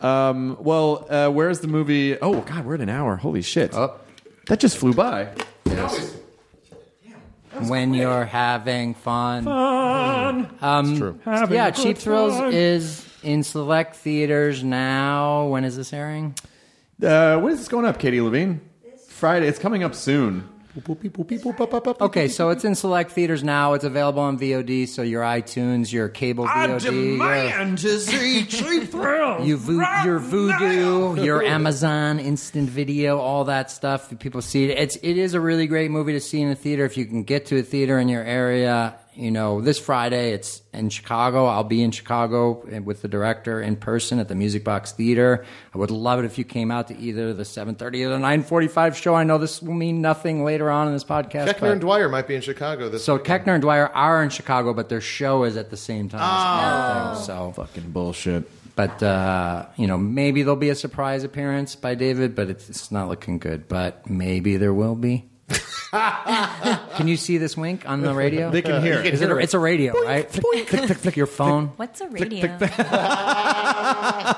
um, well, uh, where's the movie? Oh, God, we're at an hour. Holy shit. Oh. That just flew by. when you're having fun. Um, yeah, Cheap Thrills is in select theaters now. When is this airing? Uh, when is this going up, Katie Levine? Friday. It's coming up soon. Okay, so it's in select theaters now. It's available on VOD, so your iTunes, your cable VOD, your, to see Cheap Thrills. you vo- your Voodoo, your Amazon Instant Video, all that stuff. People see it. It's it is a really great movie to see in a theater if you can get to a theater in your area. you know, this Friday it's in Chicago. I'll be in Chicago with the director in person at the Music Box Theater. I would love it if you came out to either the 7:30 or the 9:45 show. I know this will mean nothing later on in this podcast. Keckner but- and Dwyer might be in Chicago this so Keckner and Dwyer are in Chicago, but their show is at the same time. Ah. as the other thing, so fucking bullshit. But uh, you know, maybe there'll be a surprise appearance by David, but it's, it's not looking good. But maybe there will be. can you see this wink on the radio? They can hear You it. can Is it hear a, it. it's a radio, right? Flick, flick, flick, flick, your phone. What's a radio?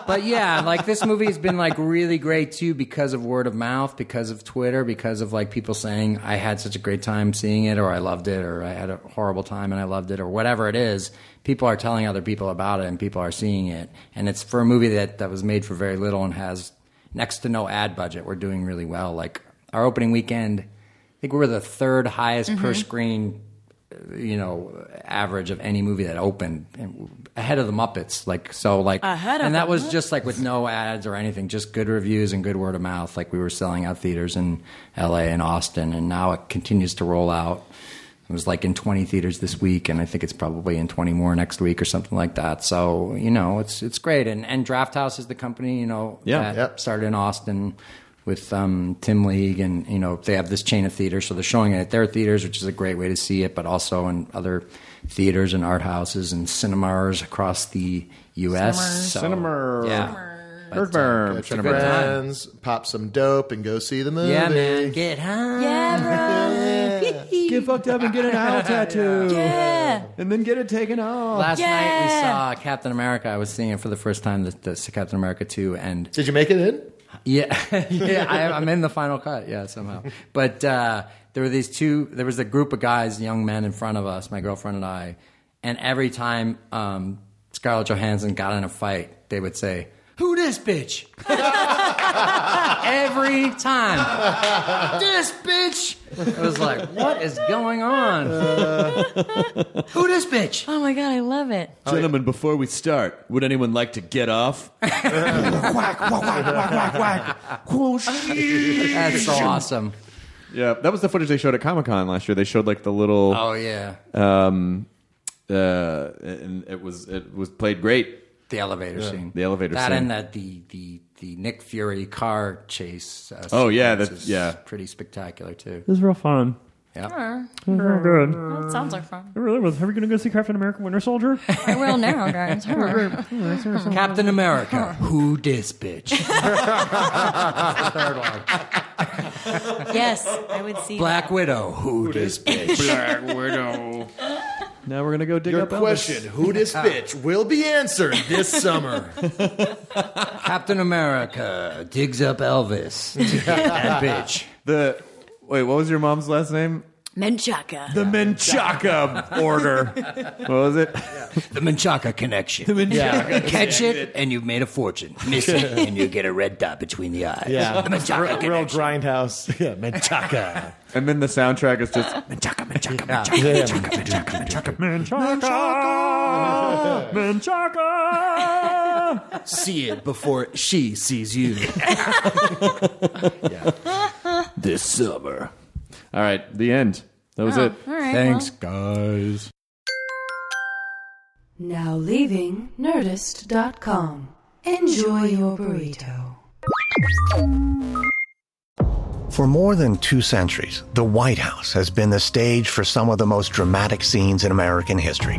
but yeah, like this movie has been like really great too because of word of mouth, because of Twitter, because of like people saying I had such a great time seeing it, or I loved it, or I had a horrible time and I loved it, or whatever it is. People are telling other people about it, and people are seeing it, and it's for a movie that that was made for very little and has next to no ad budget. We're doing really well. Like our opening weekend, I think we were the third highest per Mhm. screen you know average of any movie that opened and ahead of the muppets like so like Ahead of and that the was Muppets. just like with no ads or anything just good reviews and good word of mouth like we were selling out theaters in la and austin and now it continues to roll out it was like in 20 theaters this week and i think it's probably in 20 more next week or something like that so you know it's it's great and and draft house is the company you know Yeah. that started in austin with um, Tim League, and you know they have this chain of theaters, so they're showing it at their theaters, which is a great way to see it, but also in other theaters and art houses and cinemas across the U.S. So, Cinema. yeah, But, Bird uh, Get it's a your good time. friends, pop some dope, and go see the movie. yeah, man, get high. Yeah, bro. Get fucked up and get an owl tattoo. Yeah. And then get it taken off. Last night we Yeah. saw Captain America. I was seeing it for the first time, the, the Captain America two, and did you make it in? Yeah, yeah, I, I'm in the final cut. Yeah, somehow. But uh, there were these two. There was a group of guys, young men, in front of us. My girlfriend and I. And every time um, Scarlett Johansson got in a fight, they would say, "Who this bitch?" every time, this bitch. It was like, what is going on? Who this bitch? Oh my god, I love it. Gentlemen, before we start, would anyone like to get off? Whack, whack, whack, whack, whack, whack. That's so awesome. Yeah, that was the footage they showed at Comic Con last year. They showed like the little. Oh, yeah. Um, uh, and it was it was played great. The elevator scene. The elevator that scene. and that the the the Nick Fury car chase. Uh, Oh, yeah, sequence that's- is yeah. pretty spectacular too. This is real fun. Yeah. Real good. That sounds like fun. It really was. Are we going to go see Captain America Winter Soldier? I will now, guys. Captain America, who dis bitch? Third one. Yes, I would see. Black Widow, who dis bitch? Black Widow. Now we're gonna go dig Your up Elvis. question, who this bitch, will be answered this summer. Captain America digs up Elvis. that bitch. The wait, what was your mom's last name? Menchaca. The Menchaca order. What was it? The Menchaca connection. The Yeah. Menchaca. You catch it and you've made a fortune. Miss it and you get a red dot between the eyes. Yeah. The Menchaca real, real grindhouse. Yeah, Menchaca. And then the soundtrack is just Menchaca, Menchaca, Yeah. Yeah. Menchaca! Menchaca! See it before she sees you. this summer. All right, the end. That was Oh, it. all right, Thanks, guys. Now leaving Nerdist.com. Enjoy your burrito. For more than two centuries, the White House has been the stage for some of the most dramatic scenes in American history.